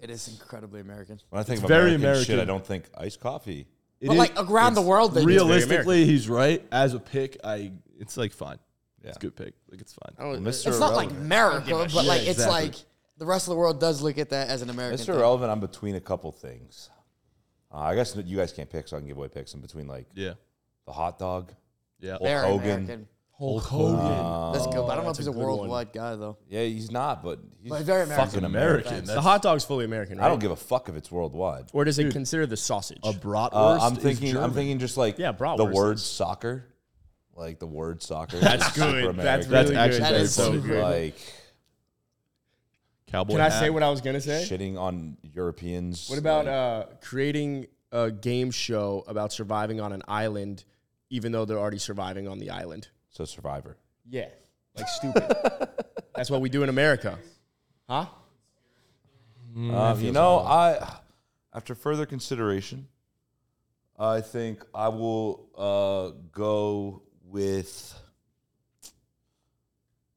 S3: it is incredibly American.
S4: When I think of
S1: very
S4: American, shit,
S1: American.
S4: I don't think iced coffee.
S1: It
S3: But
S1: is-
S3: like around the world, they do.
S1: realistically, he's right. As a pick, I it's like fine.
S4: Yeah.
S1: It's a good pick. Like it's fine.
S5: Oh,
S4: Mr.
S3: It's not like
S4: Irrelevant.
S3: America, but like it's
S1: exactly.
S3: like the rest of the world does look at that as an American.
S4: Mr.
S3: thing.
S4: Relevant, I'm between a couple things. Uh, I guess you guys can't pick, so I can give away picks. I'm between like
S1: Yeah.
S4: the hot dog.
S1: Yeah.
S4: Hulk
S3: Very
S4: Hogan.
S3: American.
S1: Hulk Hogan.
S3: That's
S1: um,
S3: good. But I don't know if
S5: that's
S3: he's
S5: a
S3: a
S5: good one.
S3: worldwide guy though.
S4: Yeah, he's not, but he's
S3: But very American.
S4: fucking
S1: American.
S4: American.
S5: the hot dog's fully American, right?
S4: I don't give a fuck if it's worldwide.
S5: Or does it consider the sausage?
S1: a bratwurst.
S4: Uh, I'm
S1: is
S4: thinking. I'm
S1: German.
S4: thinking just like
S5: Yeah,
S4: the
S5: bratwurst
S4: word
S5: is-
S4: soccer, like the word soccer.
S5: That's
S4: is super
S5: good. That's
S4: American.
S5: really
S1: That's
S5: good.
S1: actually
S3: That
S1: very
S3: is
S1: funny.
S3: so good.
S4: like
S1: Cowboy.
S5: Can I say
S1: hat.
S5: what I was gonna say?
S4: shitting on Europeans.
S5: What about
S4: like,
S5: uh, creating a game show about surviving on an island, even though they're already surviving on the island?
S4: so Survivor?
S5: Yeah, [LAUGHS] like stupid. That's what we do in America, huh? Mm,
S4: Uh, you know, I after further consideration, I think I will uh, go with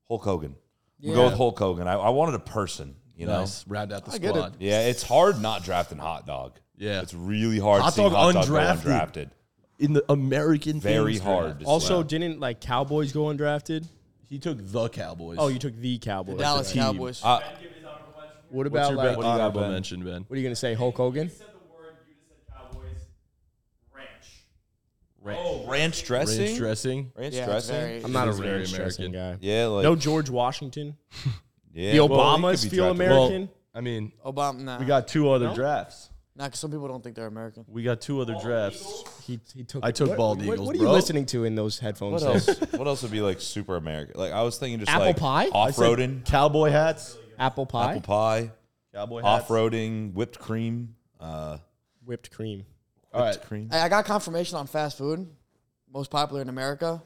S4: Hulk Hogan. We'll go with Hulk Hogan. I, I wanted a person. You know,
S1: Nice. Round out the
S3: I get it.
S1: squad.
S4: Yeah, it's hard not drafting hot dog.
S1: Yeah.
S4: it's really hard.
S1: Hot
S4: seeing
S1: Dog
S4: hot Dog go
S1: undrafted.
S4: undrafted.
S1: In the American
S4: Very
S1: things
S4: hard.
S1: draft.
S4: to
S5: Also,
S4: slap.
S5: didn't like Cowboys go undrafted?
S1: He took the Cowboys.
S5: Oh, you took the Cowboys.
S3: Dallas
S1: team.
S3: Cowboys.
S4: Uh,
S1: What's
S5: What about
S1: your
S5: like?
S1: ba-
S5: What
S4: do you got,
S1: honorable
S4: Ben?
S1: mention, Ben?
S5: are you gonna say, Hulk Hogan?
S2: You said the word, you just said Cowboys. Ranch.
S4: oh, ranch dressing.
S1: Ranch dressing.
S4: Ranch
S3: yeah, it's
S4: dressing.
S3: very.
S5: I'm not a
S1: He's very
S5: very American guy.
S4: Yeah, like
S5: No George Washington.
S4: yeah,
S5: The
S4: well, he
S5: Obamas
S4: could be
S5: feel
S4: drafted.
S5: American.
S1: I mean,
S3: Obama. Nah.
S1: we got two other drafts.
S3: Nah, 'cause some people don't think they're American.
S1: We got two other drafts.
S5: he, he took.
S1: I took
S5: what,
S1: bald
S5: what-
S1: eagles,
S5: What are
S1: bro.
S5: you listening to in those headphones?
S4: What
S5: there?
S4: else? what else would be like super American? Like I was thinking, just
S5: Apple
S4: like
S5: pie? I
S4: off roading,
S1: Cowboy hats.
S5: Apple pie,
S4: apple pie,
S1: Cowboy hats.
S4: off roading, whipped cream, uh,
S5: whipped cream.
S1: All right.
S4: whipped cream.
S3: Hey, I got confirmation on fast food, most popular in America.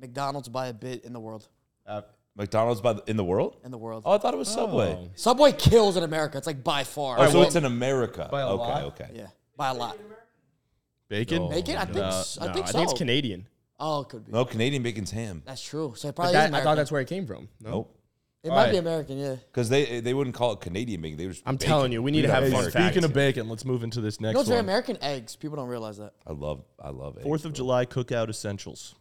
S3: McDonald's by a bit in the world.
S1: Uh,
S4: McDonald's by the, in the world.
S3: In the world.
S4: Oh, I thought it was Subway.
S5: Oh.
S3: Subway kills in America. It's like by far.
S4: Oh, so
S3: Well,
S4: it's in America.
S1: By a
S4: okay,
S1: lot?
S4: okay.
S3: yeah, by a lot.
S1: bacon.
S5: No.
S3: Bacon? I think.
S1: No,
S3: s- I
S5: No,
S3: think so.
S5: it's Canadian.
S3: Oh, it could be.
S4: No, Canadian bacon's ham.
S3: That's true. So Oh, it probably is
S5: That, I
S3: American.
S5: thought that's where it came from. No.
S4: Nope.
S3: it might be
S1: Alright.
S3: American. Yeah.
S4: Because they they wouldn't call it Canadian bacon. They would just
S5: I'm
S4: bacon.
S5: telling you, we need to have
S1: Hey,
S5: fun
S1: speaking
S5: facts.
S1: of bacon, let's move into this
S3: You
S1: next
S3: know, it's very
S1: one.
S3: American eggs. People don't realize that.
S4: I love I love it.
S1: Fourth of July cookout essentials.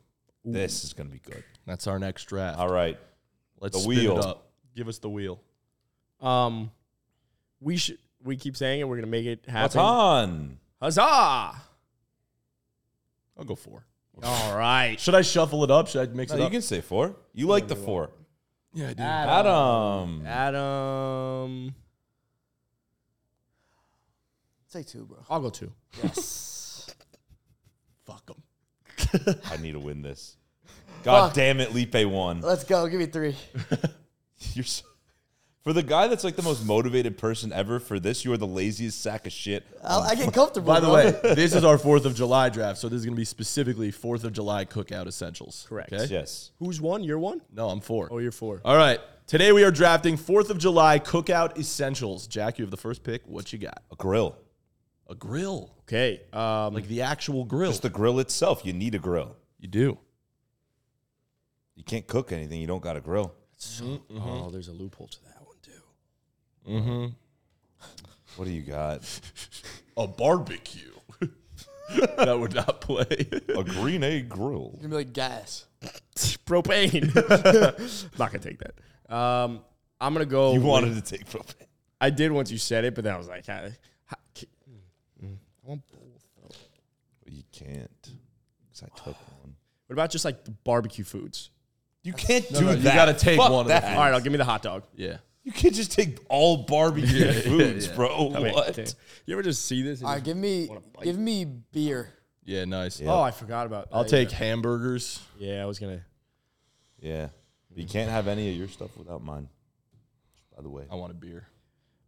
S4: This is gonna be good.
S1: That's our next draft.
S4: All right.
S1: Let's
S4: the
S1: spin
S4: wheel.
S1: it up. Give us the wheel.
S5: um, we should. We keep saying it. We're gonna make it
S4: What's
S5: happen.
S4: on?
S5: Huzzah!
S1: I'll go four.
S5: All right.
S1: Should I shuffle it up? Should I mix
S4: No,
S1: it
S4: you
S1: up?
S4: can say four. You like the four.
S1: yeah, I do.
S5: Ah.
S4: Adam.
S5: Adam,
S3: Say two, bro.
S5: I'll go two.
S1: Fuck them.
S4: I need to win this. God
S3: Fuck.
S4: damn it, Lipe won.
S3: Let's go. Give me three.
S4: You're so, [LAUGHS] for the guy that's like the most motivated person ever for this, you are the laziest sack of shit.
S3: I'll, I get comfortable.
S1: By the
S3: bro. [LAUGHS]
S1: way, this is our Fourth of July draft, so this is going to be specifically Fourth of July cookout essentials.
S5: Correct.
S1: Okay?
S4: Yes.
S5: Who's one? You're one.
S1: No, I'm four.
S5: Oh, you're four.
S1: All right. Today we are drafting Fourth of July cookout essentials. Jack, you have the first pick. What you got?
S4: A grill.
S1: A grill,
S5: Okay. Um,
S1: like the actual grill.
S4: Just the grill itself. You need a grill.
S1: you do.
S4: You can't cook anything. You don't got a grill.
S1: mm-hmm.
S5: Oh, there's a loophole to that one too. [LAUGHS]
S4: What do you got?
S1: A barbecue. [LAUGHS] that would not play.
S4: A green egg grill.
S3: gonna be like gas.
S5: propane. [LAUGHS] I'm not gonna take that. Um, I'm gonna go.
S4: You
S5: with-
S4: wanted to take propane.
S5: I did once you said it, but that was like, I, I ca- I want both.
S4: But You can't. Because I took one.
S5: What about just like barbecue foods?
S4: You can't
S1: No,
S4: do
S1: no,
S4: that.
S1: you gotta take
S4: Fuck
S1: one of the
S4: that.
S1: foods.
S5: All right, I'll give me the hot dog.
S1: yeah.
S4: You can't just take all barbecue foods,
S1: [LAUGHS] yeah.
S4: bro.
S5: I mean,
S4: what?
S5: okay. You ever just see this? and
S3: All right,
S5: just-
S3: give me
S5: bite?
S3: give me beer.
S1: Yeah, nice.
S5: oh, I forgot about.
S1: I'll
S5: that.
S1: take hamburgers.
S5: Yeah, I was gonna.
S4: Yeah. You can't have any of your stuff without mine. By the way,
S1: I want a beer.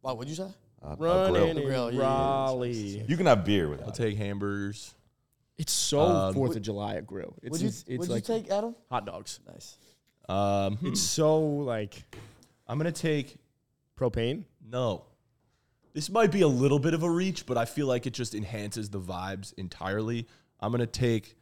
S3: Wow, what'd you say?
S4: uh, a grill.
S5: Running in
S3: Grill, yeah.
S5: Raleigh.
S4: You can have beer
S1: I'll
S4: without. it.
S1: take hamburgers.
S5: It's so Fourth of July at grill. It's
S3: Would you
S5: it's, Um, it's
S3: would
S5: like
S3: you take Adam?
S5: hot dogs.
S3: Nice.
S1: Um, hmm.
S5: It's [CLEARS THROAT] so like
S1: I'm gonna take
S5: propane.
S1: no. This might be a little bit of a reach, but I feel like it just enhances the vibes entirely. I'm gonna take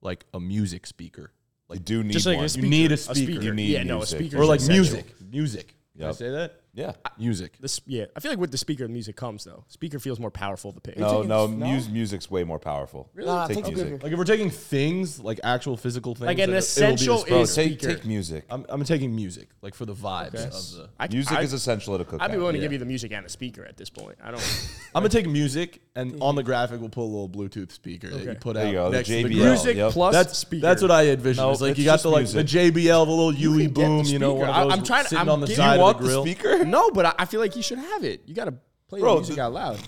S1: like a music speaker,
S4: You do need
S5: Just like
S4: one.
S5: a speaker.
S1: need a
S5: speaker.
S1: speaker. You
S4: need
S5: yeah, no, a
S4: music.
S5: speaker
S1: or
S5: is
S1: like
S5: essential.
S1: music, music. Did I
S4: Yep.
S1: say that?
S4: yeah.
S1: Music.
S5: This, yeah, I feel like with the speaker, the music comes though. Speaker feels more powerful. The pick.
S4: No,
S3: taking
S4: no,
S3: the snow?
S4: mus- music's way more powerful.
S3: Really? Nah,
S4: take
S3: take
S4: music.
S3: beer.
S1: Like if we're taking things, like actual physical things,
S5: Like an
S1: then it- it'll be
S5: essential
S1: this
S4: Bro,
S1: product.
S5: is-
S4: take,
S5: speaker.
S4: take music.
S1: I'm, I'm taking music, like for the vibes
S5: Okay.
S1: of the.
S5: I,
S4: music
S5: I,
S4: is essential at a cookout.
S5: I'd be willing to
S1: Yeah.
S5: give you the music and the speaker at this point. I don't.
S1: I'm gonna take music, and on the graphic we'll put a little Bluetooth speaker that you
S5: Okay.
S1: put
S4: There
S1: out
S4: you go, the
S1: next to the
S4: JBL.
S1: grill.
S5: music
S4: yep.
S5: plus
S1: That's
S5: speaker.
S1: that's what I envision.
S4: No,
S1: it's like
S4: it's
S1: you got
S4: just
S1: the like
S4: music.
S1: the JBL, the little UE
S5: can get
S1: boom,
S5: the
S1: you know,
S5: speaker.
S1: one of
S5: I-
S1: those
S5: I'm trying to-
S1: sitting
S5: I'm
S1: on the
S5: giving-
S1: side
S5: You
S1: of
S5: want
S1: the
S5: the
S1: grill.
S4: speaker?
S5: [LAUGHS] No, but I, I feel like you should have it. You got to play
S4: Bro,
S5: the music
S4: the-
S5: out loud.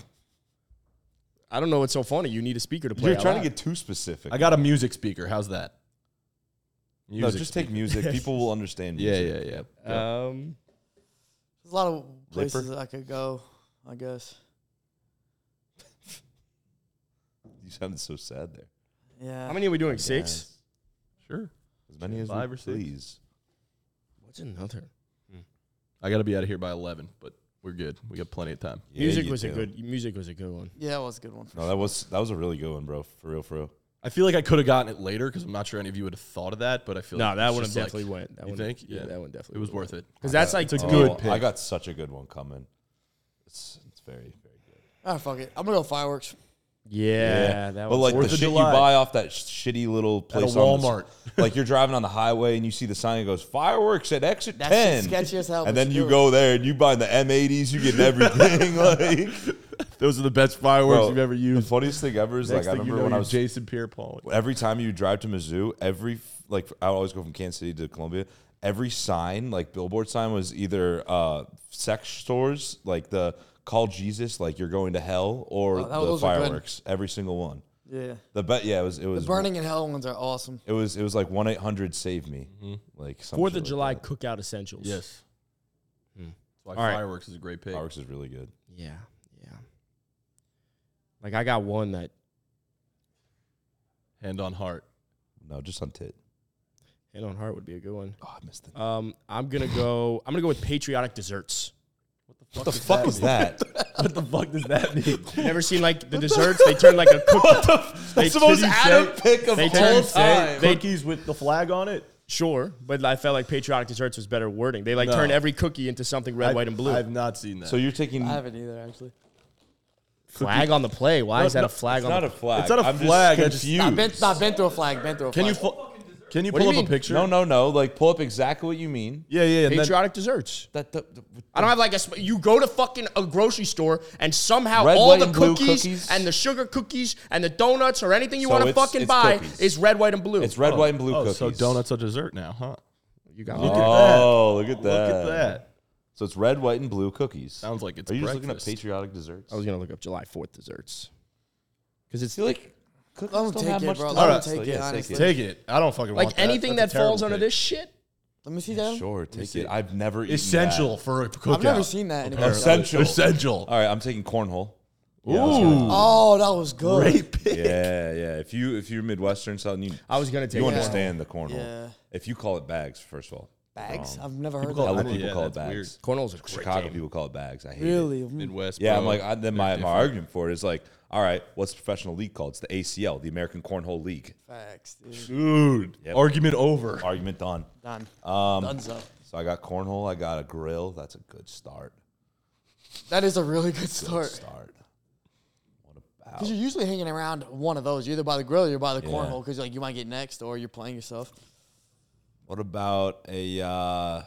S5: I don't know what's so funny. You need a speaker to play.
S4: You're
S5: out
S4: trying
S5: loud.
S4: to get too specific.
S1: I got a music speaker. How's that?
S4: no,
S1: Music
S4: just take music. People will understand
S1: Yeah,
S4: music.
S1: yeah, yeah.
S5: Um,
S3: There's a lot of
S4: Ripper?
S3: places I could go. I guess.
S4: You sounded so sad there.
S3: Yeah.
S5: how many are we doing? Six.
S1: Sure.
S4: As many as
S1: Five
S4: we
S1: or six.
S4: please.
S5: What's another?
S1: I gotta be out of here by eleven, but we're good. We got plenty of time.
S4: Yeah,
S5: music
S4: you
S5: was a
S4: do.
S5: good. Music was a good one.
S3: Yeah, that was a good one.
S4: No, that was that was a really good one, bro. For real, for real.
S1: I feel like I could have gotten it later because I'm not sure any of you would have thought of that, but I feel
S5: No,
S1: like
S5: that
S1: it's
S5: one
S1: just, like,
S5: definitely went. That
S1: you
S5: one,
S1: think?
S5: Yeah,
S1: Yeah.
S5: that one definitely.
S1: It was worth it.
S5: Because that's like
S1: It's a
S5: oh,
S1: good
S4: I
S1: pick.
S4: got such a good one coming. It's it's very very good.
S3: All right, Ah, fuck it. I'm gonna go fireworks.
S5: Yeah, that
S4: but
S5: was
S4: like
S1: Fourth
S4: the
S1: of
S4: shit
S1: July.
S4: you buy off that sh- shitty little
S1: At a
S4: place on the s-
S1: Walmart. [LAUGHS]
S4: like you're driving on the highway and you see the sign that goes fireworks at exit
S3: That
S4: ten,
S3: shit's sketchy as hell,
S4: and
S3: but
S4: then
S3: you
S4: you
S3: do
S4: go there and you buy the
S1: [LAUGHS]
S4: M80s, you get everything. like,
S1: Those are the best fireworks
S4: Bro,
S1: you've ever
S4: the
S1: used.
S4: funniest thing ever is
S1: Next
S4: like I
S1: thing you
S4: remember
S1: know,
S4: when I
S1: you're
S4: was
S1: Jason Pierre-Paul.
S4: every time you drive to Mizzou, every f- like I always go from Kansas City to Columbia. Every sign, like billboard sign, was either uh, sex stores, like the "Call Jesus," like you're going to hell, or
S3: Oh, that-
S4: the
S3: those are good.
S4: fireworks. Every single one.
S3: Yeah.
S4: The bet, yeah, it was it was
S3: Burning in hell ones are awesome.
S4: It was it was like one eight hundred save me, like some
S5: Fourth
S4: shit
S5: of
S4: like
S5: July
S4: that.
S5: cookout essentials.
S1: Mm-hmm. Yes. That's why
S5: All right.
S1: fireworks is a great pick.
S4: Hmm. Fireworks is really good.
S5: Yeah. Yeah. Like I got one that
S1: Hand on heart.
S4: No, just on tit.
S5: hit on heart would be a good one.
S4: Oh, I missed
S1: Uh,
S4: that.
S5: Um, I'm gonna go. I'm gonna go with patriotic desserts.
S4: What the fuck
S1: [LAUGHS]
S4: was that?
S1: What the fuck does that [LAUGHS] mean?
S5: You never seen like the desserts? They turn like a cookie.
S4: That's the
S5: Did
S4: most
S5: you
S4: Adam
S5: say-
S4: pick of
S5: they
S4: all
S5: turned-
S4: time.
S5: They-
S1: Cookies with the flag on it.
S5: Sure, but I felt like patriotic desserts was better wording. They like
S1: No.
S5: turn every cookie into something red,
S1: I've-
S5: white, and blue.
S1: I've not seen that.
S4: so you're taking.
S3: I haven't either actually.
S5: flag on the play. Why is that
S1: no,
S5: a flag
S4: It's
S5: on
S4: not
S5: the
S4: a flag.
S1: It's not a
S4: I'm
S1: flag, I just-
S4: Just confused.
S3: I've been, I've been through a flag. Been through a
S1: can you
S3: flag.
S1: fu- can you
S5: do
S1: pull
S5: you
S1: up a
S5: mean?
S1: picture?
S4: No, no, no. Like pull up exactly what you mean.
S1: Yeah, yeah. And then,
S5: patriotic desserts?
S4: That, that,
S5: I don't have like a. sp- You go to fucking a grocery store and somehow
S4: Red,
S5: all
S4: white,
S5: the
S4: and blue
S5: cookies,
S4: cookies?
S5: and the sugar cookies and the donuts or anything you
S4: So
S5: want to
S4: it's-
S5: fucking
S4: it's
S5: buy
S4: cookies.
S5: is red, white, and blue.
S4: it's red, white, and blue
S1: oh,
S4: cookies.
S1: so donuts are dessert now, huh?
S5: you got
S1: Look
S5: me.
S1: at
S4: Oh, look at
S1: that.
S4: that.
S1: Look at that.
S4: So it's red, white, and blue cookies.
S1: Sounds like it's
S4: Are you just looking
S1: breakfast. Oh,
S4: at patriotic desserts?
S5: I was gonna look up July Fourth desserts because it's
S4: feel like cookies
S3: Let 'em
S4: don't
S3: take
S4: have
S3: it,
S4: much
S3: bro.
S4: to
S3: Let 'em
S4: them,
S3: take
S4: so
S3: it,
S4: yeah,
S3: honestly.
S1: Take it. I don't fucking want
S5: like
S1: that.
S5: anything that
S1: That's a terrible
S5: falls under
S1: pick.
S5: this shit.
S3: Let me see that.
S4: Sure, take it. I've never eaten
S1: essential for a cookout.
S3: I've never seen that. in a
S4: that.
S1: Apparently.
S3: cookout.
S4: Essential.
S1: Essential.
S4: All right, I'm taking cornhole.
S1: Ooh,
S3: Oh, that was good.
S1: great pick.
S4: [LAUGHS] Yeah, yeah. If you if you're Midwestern son, you
S5: I was gonna take
S4: you
S5: cornhole.
S4: understand the cornhole.
S3: Yeah.
S4: If you call it bags, first of all,
S3: Bags. I've never heard
S4: I
S1: call
S3: that.
S4: love
S1: Yeah,
S4: people call it
S1: that's weird.
S4: bags.
S5: Cornhole's a great
S4: Chicago
S5: game.
S4: people call it bags. I hate it.
S3: Really? Mm.
S1: Midwest.
S4: Yeah, I'm
S1: bro.
S4: like I, then
S1: They're
S4: my, my
S1: different.
S4: argument for it is like, all right, what's the professional league called? It's the ACL, the American Cornhole League.
S3: Facts, dude.
S1: Dude,
S4: Yep.
S1: argument over.
S4: Argument done.
S3: Done.
S4: Um,
S3: Dunzo.
S4: So I got cornhole. I got a grill. That's a good start.
S3: That is a really good
S4: Good
S3: start.
S4: start. What a
S3: Because you're usually hanging around one of those. You're either by the grill, or you're by the
S4: Yeah.
S3: cornhole, because like you might get next, or you're playing yourself.
S4: What about a? Uh, I'm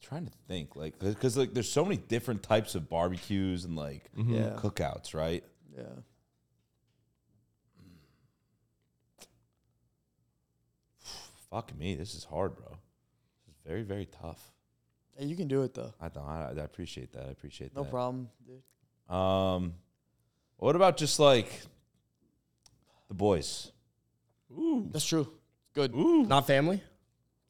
S4: trying to think, like, because like there's so many different types of barbecues and like
S1: Mm-hmm.
S3: Yeah.
S4: cookouts, right?
S3: Yeah.
S4: Fuck me, this is hard, bro. This is very very tough.
S3: Hey, you can do it though.
S4: I don't. I, I appreciate that. I appreciate
S3: No
S4: that.
S3: problem, dude.
S4: Um, what about just like the boys?
S1: Ooh.
S3: That's true. Good.
S5: Not family?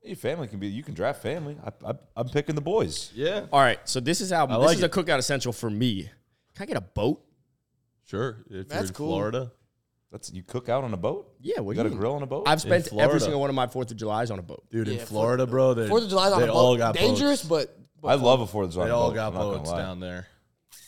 S4: Your family can be. You can draft family. I, I, I'm picking the boys.
S1: Yeah.
S5: All right. So this is how
S1: I
S5: this
S1: like
S5: is a
S1: it.
S5: cookout essential for me. Can I get a boat?
S1: Sure. If
S3: That's
S1: you're in
S3: cool.
S1: Florida.
S4: That's you cook out on a boat.
S5: Yeah, what
S4: You got
S5: do you
S4: a
S5: mean?
S4: grill on a boat.
S5: I've spent every
S1: Florida.
S5: single one of my Fourth of July's on a boat.
S1: Dude,
S3: Yeah,
S1: in Florida, bro, they,
S3: Fourth of July's on
S1: they
S3: a boat.
S1: all got
S3: Dangerous,
S1: boats.
S3: but, but
S4: I love a Fourth of July.
S1: They all
S4: boat,
S1: got
S4: I'm not gonna
S1: boats
S4: lie.
S1: down there.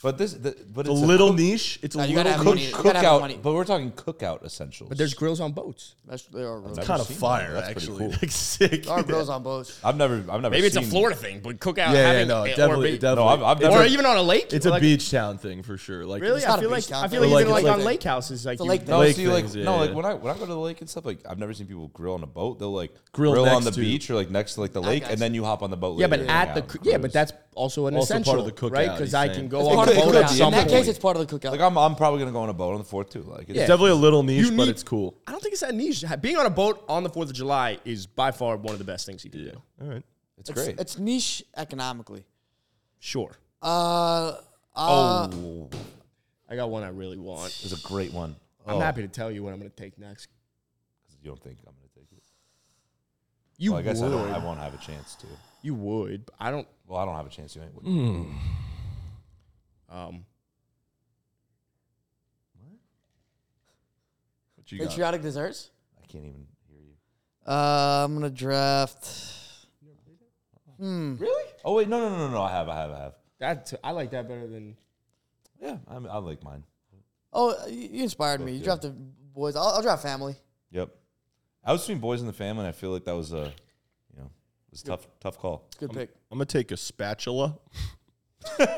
S4: But this, the, but
S1: It's a
S4: it's
S1: little niche. It's a
S3: Nah, you
S1: little
S3: gotta
S1: niche.
S3: have
S4: cook,
S3: money. You gotta have the money.
S4: cookout. But we're talking cookout essentials.
S5: But there's grills on boats.
S3: that's they are real.
S4: I've
S1: kind
S4: never
S1: of
S4: seen that.
S1: fire,
S4: That's pretty
S1: actually.
S4: cool.
S1: [LAUGHS] Like sick.
S3: Our girls on boats.
S4: I've never. I've never.
S5: Maybe it's a
S4: seen-
S5: Florida thing, but cookout.
S1: Yeah, yeah,
S5: having,
S1: no,
S5: or
S1: definitely,
S5: be-
S1: definitely.
S4: No, I've- I've
S1: It's
S4: definitely-
S5: Or
S1: a-
S5: even on a lake.
S1: It's
S5: or
S1: a
S5: like-
S1: beach town thing for sure. Like
S5: Really,
S1: it's-
S5: I
S3: not a
S5: feel
S3: beach
S5: like
S3: town.
S5: I feel
S1: Or
S5: like,
S1: like
S5: even
S1: it's
S5: like
S1: a
S5: on
S1: lake.
S5: lake houses, like
S3: a
S5: you-
S3: lake
S4: No,
S1: Lake
S4: see, like
S1: things, yeah,
S4: no, like
S1: yeah.
S4: when I when I go to the lake and stuff, like I've never seen people grill on a boat. They'll like
S1: Grill
S4: grill,
S1: next
S4: on the
S1: to-
S4: beach or like next to like the lake,
S3: got
S4: and then you hop on the boat.
S5: yeah,
S4: later
S5: but
S4: and hang
S5: at the
S4: out
S5: coo-
S4: and
S5: yeah,
S4: cruise.
S5: but that's also an
S1: Also part
S5: essential,
S1: of the cookout,
S5: right? Because
S1: he's
S5: I
S1: saying.
S5: can go
S4: It's
S5: on
S4: part
S5: a
S4: of the
S5: boat
S4: cookout.
S5: at
S4: In
S5: some
S3: In that
S5: point.
S3: case, it's part of the cookout.
S4: like I'm I'm probably gonna go on a boat on the fourth too. Like it's
S5: Yeah.
S1: It's definitely a little niche,
S5: You
S1: but
S5: need-
S1: it's cool.
S5: I don't think it's that niche. Being on a boat on the Fourth of July is by far one of the best things you can do.
S1: All right.
S4: it's great.
S3: It's niche economically.
S5: Sure,
S3: Uh, uh,
S4: oh,
S5: I got one I really want.
S4: it's a great one. Oh,
S1: Oh.
S5: I'm happy to tell you what I'm going to take next.
S4: You don't think I'm gonna take it?
S5: You
S4: Well, I guess I,
S5: would,
S4: don't, I won't have a chance to.
S5: you would. But I don't.
S4: Well, I don't have a chance to anyway.
S5: Mm. Um,
S1: What you got?
S3: patriotic desserts.
S4: I can't even hear you.
S3: Uh, I'm gonna draft. hmm.
S4: Really? Oh wait, no, no, no, no, no. I have, I have, I have.
S5: that I like that better than
S4: Yeah, I'm, I like mine.
S3: Oh, you you inspired me. You
S4: yeah.
S3: drafted boys. I'll, I'll draft family.
S4: Yep. I was between boys in the family, and I feel like that was a, you know, it was a tough, tough call.
S3: It's a good pick.
S1: I'm gonna take a spatula.
S4: [LAUGHS]
S3: It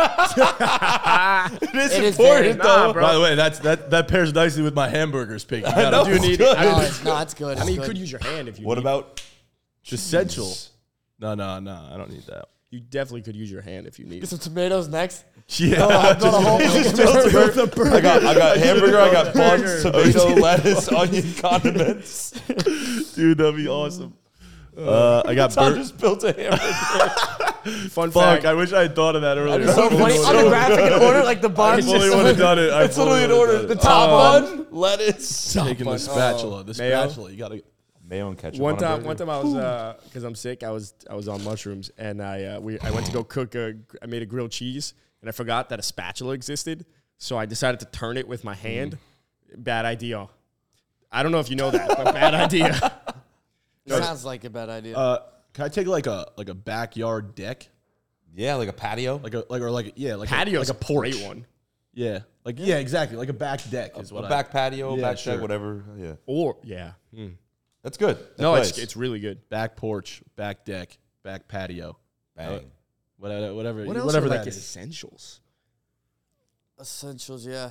S3: is very.
S5: important. Nah, bro.
S1: By the way, that's that that pairs nicely with my hamburgers pick. You gotta
S4: know.
S1: do need
S3: No, it's, Oh, no, it's good. It's
S5: [LAUGHS] I mean, you
S3: good.
S5: could use your hand if you.
S4: What
S5: need-
S4: about
S1: it's essential. No, no, no. I don't need that.
S5: You definitely could use your hand if you need.
S3: Get some tomatoes next.
S1: Yeah.
S3: I'm not a whole
S1: the burger.
S4: I got, I got hamburger, I got buns, tomato, lettuce, onion, condiments.
S1: Dude, that'd be awesome. Uh, I got
S4: Tom
S1: bur-
S4: just built a hamburger.
S5: Fun
S1: Fuck,
S5: fact.
S1: I wish I had thought of that earlier.
S3: So funny. On [LAUGHS] the graphic order, like the bar. [LAUGHS]
S1: I fully would have done it. I
S4: It's literally an
S1: fully would've
S4: order. The
S1: done it.
S4: top one, lettuce,
S1: I'm taking the spatula. The
S5: mayo.
S1: spatula. You gotta.
S4: mayo and ketchup.
S5: One
S4: on a
S5: time,
S4: burger.
S5: one time I was because I'm sick. I was I was on mushrooms and I uh, we I went to go cook. A, gr- I made a grilled cheese and I forgot that a spatula existed, so I decided to turn it with my
S4: Hmm.
S5: hand. Bad idea. I don't know if you know that,
S4: [LAUGHS]
S5: but bad idea.
S3: Sounds like a bad idea.
S1: Uh, can I take like a like a backyard deck,
S4: Yeah, like a patio.
S1: like a like or like a, yeah, like a,
S5: Patio,
S1: like a
S5: porch.
S1: porch
S5: Great one.
S1: Yeah, like yeah, exactly, like a back deck is what
S4: a
S1: I-
S4: back patio,
S1: Yeah,
S4: back
S1: sure.
S4: deck, whatever. Yeah,
S5: Or yeah,
S4: Hmm. that's good. That
S5: no, it's
S4: plays.
S5: it's really good.
S1: back porch, back deck, back patio,
S4: bang.
S1: whatever, whatever,
S5: What else
S1: whatever
S5: are,
S1: that
S5: like
S1: is.
S5: essentials?
S3: Essentials, yeah.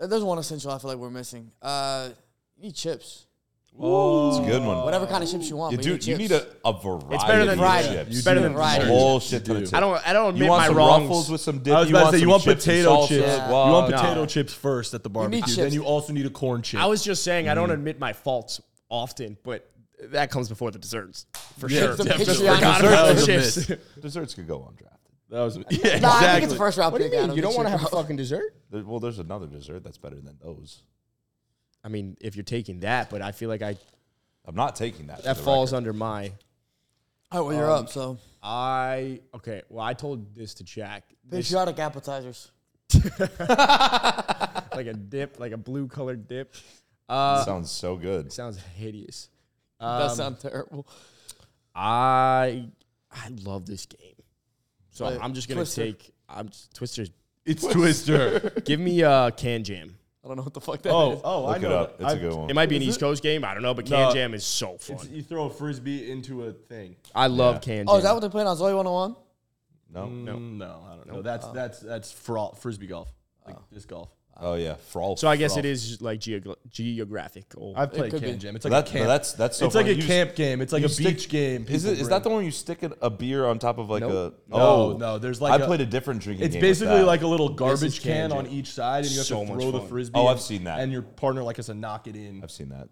S3: Uh, There's one essential I feel like we're missing. Uh, you need chips.
S4: It's a good one.
S3: Whatever kind of chips you want.
S4: You,
S3: but
S4: do,
S3: need
S4: you need
S3: chips.
S4: a, a variety.
S5: It's better than
S4: of
S3: Variety.
S4: chips.
S1: You
S5: It's better
S1: do.
S5: than
S3: Right.
S4: A
S5: variety.
S4: whole shit ton of
S1: do.
S4: chips.
S5: I don't I don't
S4: You
S5: admit
S4: want
S5: my
S4: some
S5: wrongs.
S4: ruffles with some dip.
S1: I was about to say you want
S4: some chips and
S1: potato
S4: salsa.
S1: chips.
S4: Like,
S1: You want
S4: wow.
S1: potato chips first at the
S3: need
S1: barbecue.
S3: chips.
S1: Then you also need a corn chip.
S5: I was just saying I don't admit my faults often, but that comes before the desserts for sure.
S3: the
S1: definitely.
S3: patriotic
S5: Forgot
S1: That
S5: about
S1: was
S5: the
S1: a
S5: chips. [LAUGHS]
S1: miss.
S4: Desserts could go undrafted.
S1: That [LAUGHS] was yeah,
S3: Nah, I think it's
S1: exactly.
S3: the first round
S5: What do you
S3: pick.
S5: mean?
S3: Adam,
S5: You don't
S3: get
S5: want to
S3: your-
S5: have a fucking dessert?
S4: There, well, there's another dessert that's better than those.
S5: I mean, if you're taking that, but I feel like I
S4: I'm not taking that.
S5: that
S4: for the
S5: falls
S4: record.
S5: under my
S3: [LAUGHS] All right, Oh, well, you're up. So
S5: I okay. Well, I told this to Jack. This,
S3: patriotic appetizers.
S5: like a dip, like a blue colored dip.
S4: That sounds so good.
S5: Sounds hideous.
S3: that sounds terrible.
S5: I I love this game, so
S3: Play
S5: I'm just gonna
S3: Twister.
S5: take. I'm just, Twister's.
S1: it's Twister.
S5: Give me uh, can jam.
S3: I don't know what the fuck that
S1: oh,
S3: is.
S1: oh, I
S4: Look it
S1: know.
S4: up.
S1: that.
S4: It's a
S1: I've-
S4: good one.
S5: It e- might be an East Coast game. I don't know, but can
S1: No.
S5: jam is so fun.
S1: it's- You throw a frisbee into a thing.
S5: I love can jam.
S3: Oh, is that what they're playing on Zoe 101?
S4: No,
S1: Mm.
S3: Oh.
S1: No, no, I don't know. That's that's that's fro- frisbee golf. Like disc golf.
S4: Oh yeah, Frolf.
S5: So I guess it is like geog- geographical.
S1: I've played
S3: could
S1: Can
S3: be.
S1: Jam. It's
S4: But
S1: like
S4: that,
S1: a
S4: but
S1: camp.
S4: that's that's so
S1: it's like
S4: funny.
S1: a
S4: You just-
S1: camp game. It's like
S4: you
S1: a
S4: stick-
S1: beach game.
S4: Is,
S1: people
S4: it, is that the
S1: bring.
S4: one you stick an- a beer on top of like
S1: Nope.
S4: a?
S1: No,
S4: oh
S1: no, there's
S4: I
S1: like a-
S4: played a different drinking.
S1: It's
S4: game with
S1: basically
S4: that.
S1: like a little garbage
S5: Can
S1: can on
S5: Jam.
S1: each side, and you have
S5: So
S1: to
S5: much
S1: throw the
S5: fun.
S1: frisbee.
S4: Oh, I've
S1: and-
S4: seen that.
S1: And your partner like has to knock it in.
S4: I've seen that.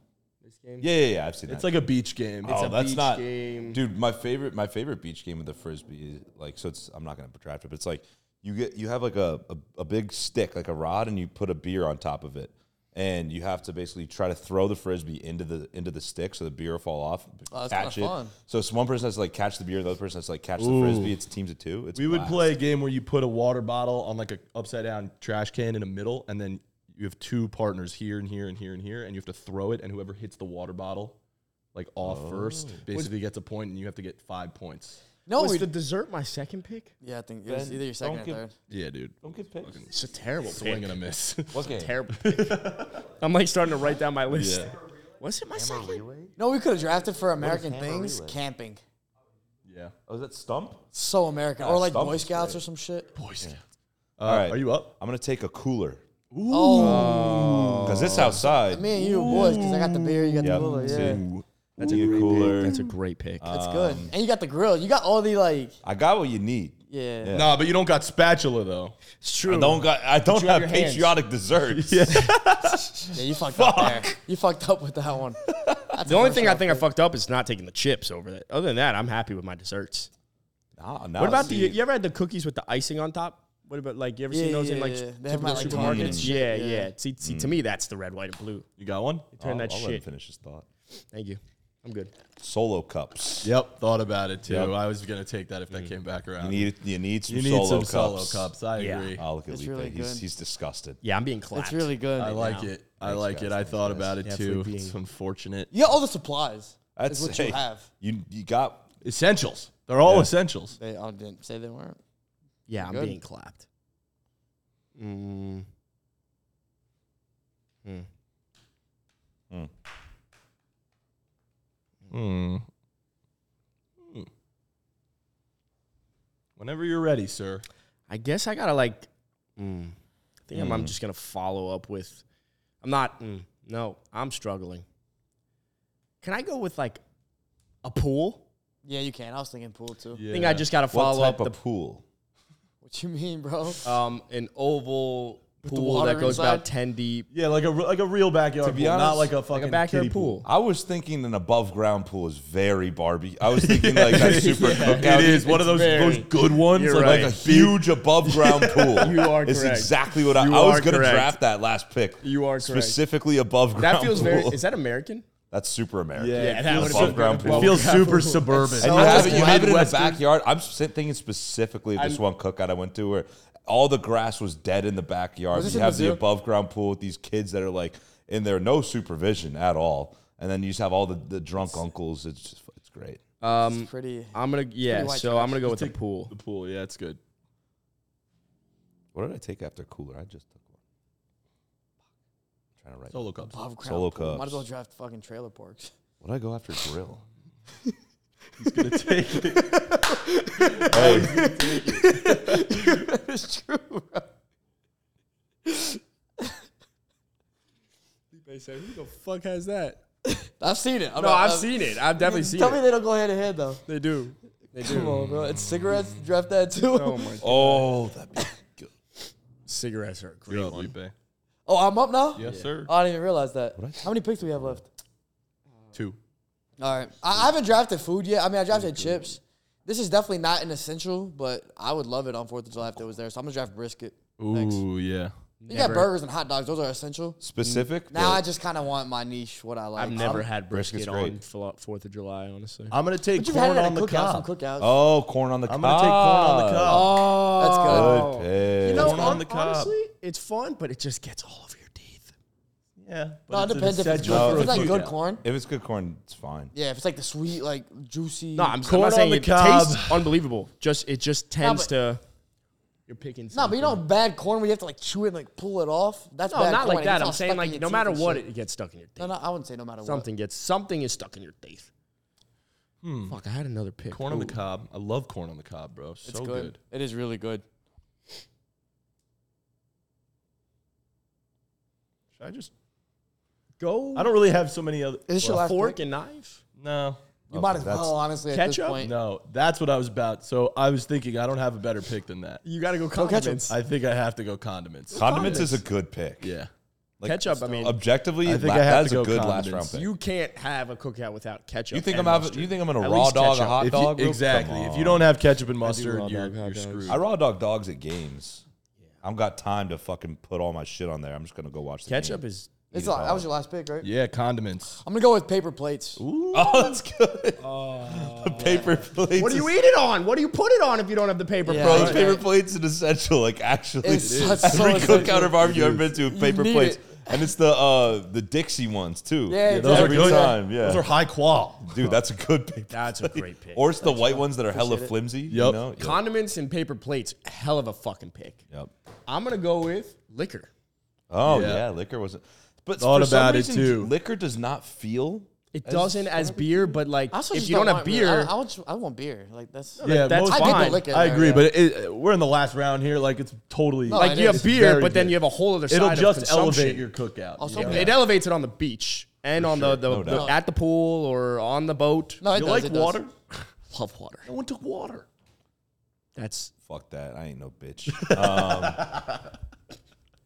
S1: game?
S4: Yeah, yeah, yeah. I've seen
S1: It's
S4: that.
S1: like a beach game.
S4: oh,
S5: a
S4: that's
S5: beach
S4: not,
S5: game.
S4: dude. My favorite, my favorite beach game with the frisbee is like. So it's I'm not gonna draft it, but it's like you get you have like a, a a big stick, like a rod, and you put a beer on top of it, and you have to basically try to throw the frisbee into the into the stick so the beer will fall off.
S3: Oh, that's
S4: catch
S3: kinda
S4: it.
S3: fun.
S4: So it's one person has to like catch the beer, the other person has to like catch the frisbee. It's teams of two. It's
S1: We would
S4: wild.
S1: play a game where you put a water bottle on like a upside down trash can in the middle, and then you have two partners here and here and here and here, and you have to throw it, and whoever hits the water bottle like off
S4: Oh.
S1: first basically gets a point, and you have to get five points.
S3: No,
S5: was
S3: we,
S5: the dessert my second pick?
S3: yeah, I think it was
S4: Ben,
S3: either your second
S4: don't
S3: or
S4: give-
S3: third.
S1: Yeah, dude.
S4: Don't get picked.
S5: It's a terrible
S1: Swing
S5: pick.
S1: and a miss.
S4: What game?
S5: [LAUGHS] Terrible pick. I'm like starting to write down my list. Was it my second?
S3: No, we could have drafted for American things, camping.
S1: [LAUGHS] yeah.
S4: Oh, is that stump?
S3: So American,
S4: Ah,
S3: or like
S4: Stump
S3: Boy
S4: is
S3: Scouts or some shit.
S1: Uh,
S4: All right.
S1: Are you up?
S4: I'm gonna take a cooler
S3: Oh,
S4: because it's outside.
S3: me and you were boys, because I got the beer, you got
S4: Yep.
S3: the cooler,
S4: See?
S3: yeah,
S4: That's a cooler.
S5: That's a great pick.
S3: that's good.
S5: Um,
S3: And you got the grill. You got all the like,
S4: I got what you need.
S3: yeah.
S4: Yeah.
S1: Nah, but you don't got spatula though.
S5: it's true.
S4: I don't got. I don't
S5: you have
S4: have,
S5: your hands.
S4: patriotic
S5: [LAUGHS]
S4: desserts.
S3: Yeah, you fucked up there. You fucked up with that
S5: [LAUGHS]
S3: one.
S5: the only thing I think I fucked up is not taking the chips over that. Other than that, I'm happy with my desserts.
S4: Nah, nah,
S5: What about
S4: see,
S5: the? You ever had the cookies with the icing on top? What about like you ever seen
S3: Yeah,
S5: those
S3: yeah,
S5: in like
S3: yeah.
S5: s-
S3: They have them
S5: typical
S3: at, like, Target and
S5: supermarkets? Yeah, Mm.
S3: shit,
S5: yeah.
S3: yeah.
S5: See, see, to me that's the red, white, and blue.
S1: You got one?
S5: Turn that
S4: I'll let him
S5: shit.
S4: finish his thought.
S5: Thank you. I'm good.
S4: Solo cups.
S1: Yep. Thought about it too.
S4: Yep. Mm.
S1: I was gonna take that if that came back around.
S4: You need. You need some
S1: You need
S4: solo
S1: some
S4: cups.
S1: solo cups. I
S5: Yeah.
S1: agree.
S4: Oh, look at
S3: It's
S4: Lipe.
S3: really
S4: he's
S3: good.
S4: he's disgusted.
S5: Yeah, I'm being clapped.
S3: It's really good.
S1: I like it. I like it. I thought about it
S5: Yeah, for
S1: too.
S5: being-
S1: It's unfortunate.
S3: You got all the supplies.
S4: That's
S3: That's what you have.
S4: You you got.
S1: Essentials. They're all
S4: Yeah.
S1: essentials.
S3: They all didn't say they weren't.
S5: Yeah, I'm
S3: Good.
S5: being clapped. Mm. Mm.
S1: Whenever you're ready, sir.
S5: I guess I gotta like. Mm. I think I'm, I'm just gonna follow up with. I'm not. Mm, no, I'm struggling. Can I go with like a pool?
S3: Yeah, you can. I was thinking pool too.
S5: I think I just gotta follow
S4: what type
S5: up the
S4: of pool?
S3: What you mean, bro?
S5: um an oval pool
S3: water
S5: that goes
S3: inside?
S5: about ten deep,
S1: Yeah, like a re- like a real backyard
S4: To be
S1: pool, not
S4: honest,
S1: like a
S5: like
S1: fucking
S5: a backyard
S1: kiddie
S5: pool.
S4: I was thinking an above ground pool is very Barbie. I was
S5: [LAUGHS]
S4: thinking like that super cookout.
S1: It is one of those
S5: very-
S1: those good ones.
S5: You're
S1: like
S5: right.
S4: Like a
S1: a
S4: huge above ground
S5: [LAUGHS]
S4: pool.
S5: You are
S4: It's
S5: correct.
S4: exactly what I,
S5: You
S4: I was
S5: are
S4: going to
S5: correct.
S4: draft that last pick.
S5: You are correct.
S4: specifically above ground.
S5: That
S4: [LAUGHS]
S5: feels
S4: pool.
S5: very. Is that American?
S4: That's super American.
S1: Yeah, Yeah,
S5: that
S4: Feels
S5: would've
S4: above
S5: been
S4: ground
S5: good.
S4: pool.
S1: it feels super suburban.
S4: And
S3: so
S4: you have it,
S3: good.
S4: you have it in the
S1: Midwestern.
S4: backyard. I'm s- thinking specifically of this one cookout I went to where all the grass was dead in the backyard.
S3: Was this
S4: You
S3: in
S4: have the
S3: Mizzou?
S4: above ground pool with these kids that are like in there, no supervision at all. And then you just have all the, the drunk uncles. It's just, it's great.
S5: Um,
S3: It's pretty.
S5: I'm gonna yeah.
S3: white
S5: So
S3: trash.
S5: I'm gonna go with the pool.
S1: The pool, yeah, it's good.
S4: What did I take after cooler? I just took one. I'm trying to write.
S1: Solo cups.
S3: Above ground
S4: Solo
S3: pool. Might
S4: cups.
S3: as well draft fucking trailer parks. [LAUGHS]
S4: What did I go after grill?
S1: It's gonna take it.
S4: Hey,
S3: it's true, bro.
S5: They say, who the fuck has that?
S3: I've seen it. I'm
S5: No,
S3: not-
S5: I've
S3: I'm-
S5: seen it. I've definitely seen
S3: Tell me
S5: it.
S3: they don't go hand in hand though.
S5: They do. They
S3: Come
S5: do.
S3: on, bro. It's cigarettes. Draft that too.
S5: Oh
S3: Oh, [LAUGHS]
S5: my. God.
S4: oh, that'd be good.
S5: Cigarettes are a great.
S1: You're up,
S5: one.
S1: Lupe.
S3: Oh, I'm up now.
S1: Yes, sir.
S3: Oh, I didn't even realize that.
S4: What I-
S3: How many picks do we have left?
S1: Two.
S3: All right. I, I haven't drafted food yet. I mean, I drafted chips. This is definitely not an essential, but I would love it on Fourth of July if it was there. So I'm gonna draft brisket.
S1: Ooh,
S3: Thanks.
S1: yeah.
S3: You
S5: Never.
S3: got burgers and hot dogs. Those are essential.
S4: Specific?
S3: Now
S4: but-
S3: I just kind of want my niche, what I like.
S5: I've never had
S4: brisket's
S5: brisket
S4: great.
S5: on Flo- Fourth of July. Honestly,
S1: I'm gonna take
S3: But you've had
S1: corn
S3: it at
S1: on
S3: a
S1: the
S3: cookout, some
S1: cob.
S3: cookouts.
S4: Oh, corn on the
S1: I'm gonna
S4: cob.
S1: take corn on the cob.
S3: That's good.
S5: oh,
S4: Good pick.
S5: You know,
S1: Corn on
S5: hon-
S1: the cob.
S5: honestly, it's fun, but it just gets all over your teeth.
S1: Yeah.
S3: no, it depends if it's good.
S4: essential
S3: If
S4: for
S3: it's like
S4: a
S3: good corn,
S4: if it's good corn, it's fine.
S3: yeah. If it's like the sweet, like juicy.
S5: No, I'm,
S1: Corn
S5: I'm not
S1: on
S5: saying
S1: the
S5: it
S1: cob.
S5: tastes unbelievable. Just it just tends to. You're picking.
S3: No, but you
S5: something.
S3: know, bad corn where you have to like chew it and like pull it off. That's
S5: No,
S3: bad
S5: not
S3: corn.
S5: like
S3: It gets
S5: that.
S3: all
S5: I'm saying
S3: stuck in
S5: like
S3: your
S5: no
S3: teeth
S5: matter
S3: and
S5: what,
S3: shit.
S5: it gets stuck in your teeth.
S3: No, no, I wouldn't say no matter
S5: Something gets something is stuck in your teeth. Fuck, I had another pick.
S1: Corn on the
S5: Ooh.
S1: cob. I love corn on the cob, bro. So
S3: what. It's
S1: good.
S3: It is really good.
S1: Should I just?
S5: Go.
S1: I don't really have so many other.
S3: Is this your last
S5: fork
S3: pick?
S5: and knife.
S1: No,
S3: You might as
S4: that's-
S3: well, honestly, at this
S5: Ketchup?
S3: point.
S1: no, that's what I was about. So I was thinking I don't have a better pick than that.
S5: You got to go
S3: ketchup.
S5: condiments.
S1: I think I have to go condiments.
S4: Condiments is a good pick.
S1: Yeah,
S4: Like,
S5: ketchup. I mean,
S4: Objectively,
S1: I think
S4: la-
S1: I have
S4: that's
S1: to go
S4: a good last
S1: condiments.
S4: round pick. You,
S5: you can't have a cookout without ketchup.
S4: think I'm
S5: and
S4: having?
S5: mustard.
S4: You think I'm gonna
S5: At
S4: raw
S5: least
S4: dog
S5: ketchup.
S4: a hot
S1: If you-
S4: dog? real-
S1: exactly.
S4: Come
S1: If
S4: on.
S1: you don't have ketchup and mustard,
S5: raw
S1: you're,
S5: dog, hot
S1: you're
S5: dogs.
S1: screwed.
S4: I raw dog dogs at games. I'm got time to fucking put all my shit on there. I'm just gonna go watch the
S5: ketchup
S4: game.
S5: is
S3: It's a lot. That was your last pick, right?
S1: Yeah, condiments.
S3: I'm gonna go with paper plates.
S4: [LAUGHS] Oh, that's good. the paper plates.
S5: What do you
S4: is-
S5: eat it on? What do you put it on if you don't have the paper
S3: Yeah.
S4: Bro,
S5: plate?
S3: Right.
S4: paper plates an essential. Like actually,
S3: It's It is. so
S4: every cookout
S3: essential.
S4: or barbecue I've been to, paper
S3: need
S4: plates,
S3: it.
S4: and it's the uh the Dixie ones too.
S3: Yeah, Yeah,
S1: those are
S4: every
S1: good.
S4: time. Yeah,
S1: Those are high qual.
S4: dude, that's a good paper.
S5: That's a great pick.
S4: [LAUGHS] Or it's the white ones that are hella
S3: Appreciate it.
S4: flimsy. You
S1: Yep.
S4: know? Yep.
S5: Condiments and paper plates, hell of a fucking pick.
S4: Yep.
S5: I'm gonna go with liquor.
S4: Oh yeah.
S1: Yeah.
S4: liquor wasn't. But
S1: Thought
S4: for some
S1: about it,
S4: reason,
S1: too.
S4: Liquor does not feel.
S5: It doesn't as beer, but like
S3: I also
S5: if
S3: just
S5: you don't, have
S3: want really-
S5: beer,
S3: I, I, want, I want beer. Like that's
S1: yeah,
S5: that's
S1: most-
S3: I
S5: fine.
S3: get the liquor.
S1: I
S3: there,
S1: agree,
S3: yeah.
S1: but it, it, we're in the last round here. Like it's totally
S3: No,
S5: like
S3: it
S5: you
S3: is
S5: have beer,
S1: very
S5: but then
S1: good.
S5: you have a whole other side.
S1: it'll
S5: of
S1: just elevate
S5: consumption.
S1: your cookout.
S3: Also,
S1: you know?
S3: Yeah.
S5: It elevates it on the beach and on the, the,
S4: no
S5: the-
S4: doubt.
S5: at the pool or on the boat.
S3: no,
S1: you
S3: it does,
S1: like
S3: it does.
S1: water?
S5: Love water.
S1: No one took water.
S5: That's
S4: Fuck that. I ain't no bitch. Um,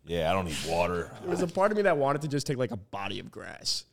S4: yeah, I don't need water.
S5: there was a part of me that wanted to just take like a body of grass,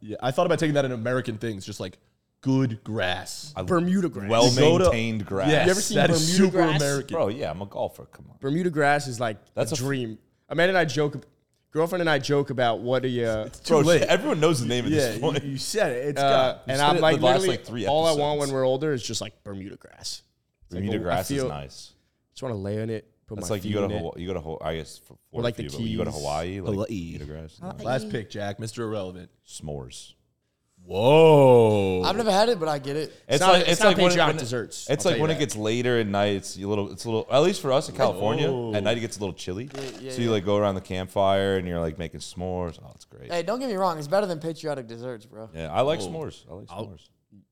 S1: Yeah, I thought about taking that in American things, just like good grass.
S5: Bermuda grass.
S4: Well
S1: go to-
S4: maintained grass.
S1: Yes,
S5: You ever seen
S1: that is
S5: Bermuda
S1: super
S5: grass?
S1: American.
S4: Bro, yeah, I'm a golfer. Come on.
S5: Bermuda grass is like
S4: That's
S5: that's
S4: a
S5: a
S4: f-
S5: dream. Amanda and I joke, girlfriend and I joke about what uh, do you.
S4: Bro,
S1: late.
S4: everyone knows the name of
S1: Yeah,
S4: this point.
S1: you, you said it. It's
S5: Uh,
S1: got.
S5: and
S4: said it
S5: I'm
S4: the
S5: like,
S4: last,
S5: literally,
S4: like, three
S5: all I
S4: episodes.
S5: want when we're older is just like Bermuda grass. It's like,
S4: Bermuda
S5: oh, I
S4: grass
S5: feel-
S4: is nice.
S5: Just want to lay on it. Put
S4: That's
S5: my
S4: like
S5: feet
S4: you go to
S5: in
S4: Hawaii. You go to Hawaii. I guess for, for
S5: like
S4: a
S5: the
S4: few, but when you go to
S5: Keys.
S4: Hawaii. Like
S1: Hawaii.
S4: Bermuda grass. no.
S1: Last pick, Jack, Mr. Irrelevant.
S4: S'mores.
S1: Whoa.
S3: I've never had it, but I get it.
S4: It's,
S5: not-
S4: like
S5: it's
S4: it's,
S5: not
S4: like when,
S5: patriotic
S4: when it- It's
S5: desserts, I'll tell
S4: like
S5: you
S4: when it
S5: that.
S4: gets later at night. It's a little. It's a little. At least for us in California, at night it gets a little chilly.
S3: yeah,
S4: so you like go around the campfire and you're like making s'mores. Oh, it's great.
S3: Hey, don't get me wrong. It's better than patriotic desserts, bro.
S4: Yeah, I like s'mores. I like s'mores.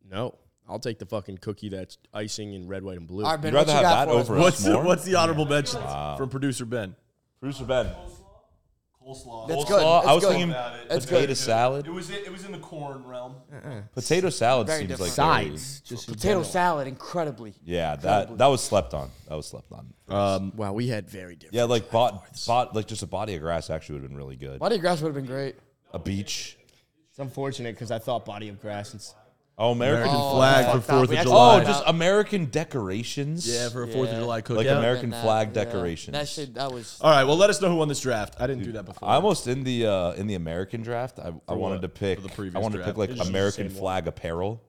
S5: No, I'll take the fucking cookie that's icing in red, white, and blue.
S3: All right, Ben,
S4: You'd rather
S3: what you got
S4: have that
S3: for us?
S4: over a
S1: What's the,
S4: s'more?
S1: what's the honorable mention from producer Ben?
S4: Producer Ben?
S2: Coleslaw.
S3: That's good.
S4: Coleslaw. I
S3: that's
S4: was
S3: good.
S4: thinking
S3: It's
S4: potato
S3: good.
S4: salad.
S2: was it was in the corn realm.
S4: Potato salad
S3: Very
S4: seems
S3: different.
S4: like
S5: Sides. Just in
S3: potato
S5: general.
S3: salad, incredibly.
S4: a- yeah, that that was slept on. That was slept on.
S5: Wow, we had very different.
S4: Yeah, like bought bought like just a body of grass actually would have been really good.
S3: Body of grass would have been great.
S4: A beach.
S5: It's unfortunate because I thought body of grass. And,
S4: Oh, American
S1: American flag
S4: flag.
S3: fucked
S1: for
S3: up.
S1: Fourth
S3: We
S1: of
S3: actually-
S4: Oh,
S1: July.
S3: Flag.
S4: just American decorations.
S1: yeah, for a Fourth of
S3: Yeah.
S1: July cookout.
S4: Like American
S3: Nah,
S4: flag
S3: yeah.
S4: decorations.
S3: That shit. That was.
S1: All right, well, let us know who won this draft. I didn't do that before.
S4: I almost in the uh, in the American draft. I, I wanted
S1: what?
S4: to pick.
S1: For the previous
S4: I wanted
S1: draft.
S4: to
S1: It's
S4: pick like
S1: just the
S4: American
S1: same one.
S4: flag apparel,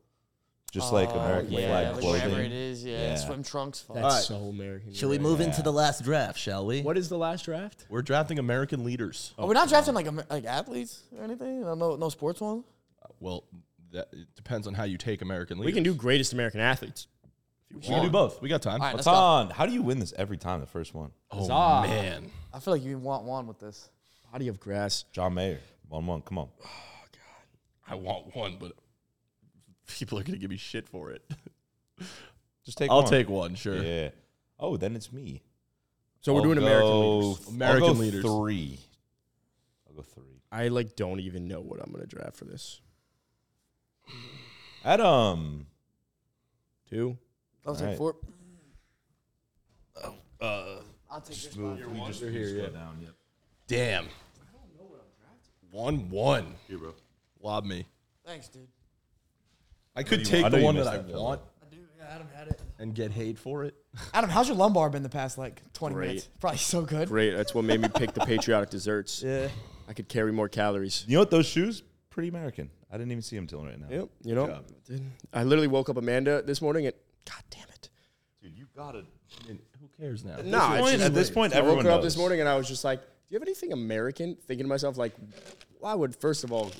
S4: just like American
S3: yeah,
S4: flag
S3: like whatever it
S4: clothing.
S3: is, yeah,
S4: Yeah.
S3: swim trunks. Fuck.
S5: that's
S1: right.
S5: so American.
S6: Shall we move into the last draft, shall we?
S5: What is the last draft?
S1: We're drafting American leaders.
S3: Are we not drafting like Amer- like athletes or anything? No, no, no sports one.
S1: Well, that it depends on how you take American leaders.
S5: We can do greatest American athletes.
S1: We can do both. We got time.
S3: All right, let's go.
S4: Tom, how do you win this every time? The first one,
S1: Oh
S5: Huzzah.
S1: man,
S3: I feel like you want one with this.
S5: Body of grass.
S4: John Mayer, one one. Come on,
S1: I want one, but people are gonna give me shit for it.
S4: just take.
S1: I'll
S4: one.
S1: take one, sure.
S4: Yeah. Oh, then it's me.
S5: So we're
S4: I'll
S5: doing American
S4: go-
S5: leaders.
S4: I'll
S1: American
S4: go
S1: leaders.
S4: Three. I'll go three.
S5: I like don't even know what I'm gonna draft for this.
S4: Adam.
S5: Two.
S3: I'll take
S4: Alright.
S3: four.
S5: Oh, uh,
S3: I'll take your spot.
S4: We just, we just go down. Yep.
S1: Damn. One one. Here, bro. Lob me.
S3: Thanks, dude.
S1: I could
S4: you-
S1: take
S4: I know
S1: the
S4: you
S1: one that,
S4: missed
S1: I
S4: that pillow.
S1: want
S3: I do. Yeah, Adam had it.
S1: and get hate for it.
S3: Adam, how's your lumbar been the past like 20
S5: Great.
S3: minutes? Probably so good.
S5: Great. That's what made me pick the patriotic [LAUGHS] desserts.
S3: Yeah.
S5: I could carry more calories.
S4: You know what? Those shoes, pretty American. I didn't even see them till right now.
S5: Yep. You know, I literally woke up Amanda this morning and God damn it.
S4: Dude, you gotta.
S1: Who cares now?
S5: No, it's
S4: point-
S5: just
S4: at this
S5: weird.
S4: point,
S5: I woke
S4: everyone
S5: her up this
S4: knows.
S5: morning and I was just like, "Do you have anything American?" Thinking to myself, like, why would first of all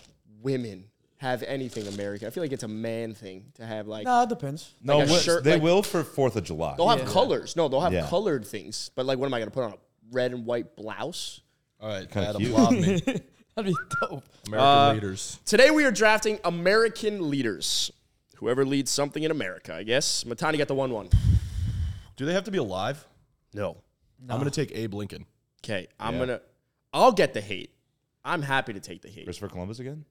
S5: women have anything American? I feel like it's a man thing to have like
S3: Nah, it depends. [LAUGHS]
S4: No,
S5: Like a
S4: what-
S5: shirt,
S4: they
S5: like-
S4: will for Fourth of July.
S5: they'll have colors. No, they'll have
S4: Yeah.
S5: colored things. But like, what am I gonna put on a red and white blouse?
S1: All right, Adam,
S4: cute.
S1: lob me.
S3: That'd be dope.
S4: [LAUGHS]
S1: American
S4: Uh,
S1: leaders.
S5: Today we are drafting American leaders. Whoever leads something in America, I guess. Matani got the one one.
S1: Do they have to be alive?
S5: No.
S1: I'm gonna take Abe Lincoln. [LAUGHS]
S5: Okay, I'm
S4: Yeah.
S5: gonna. I'll get the hate. I'm happy to take the heat.
S4: Christopher Columbus again?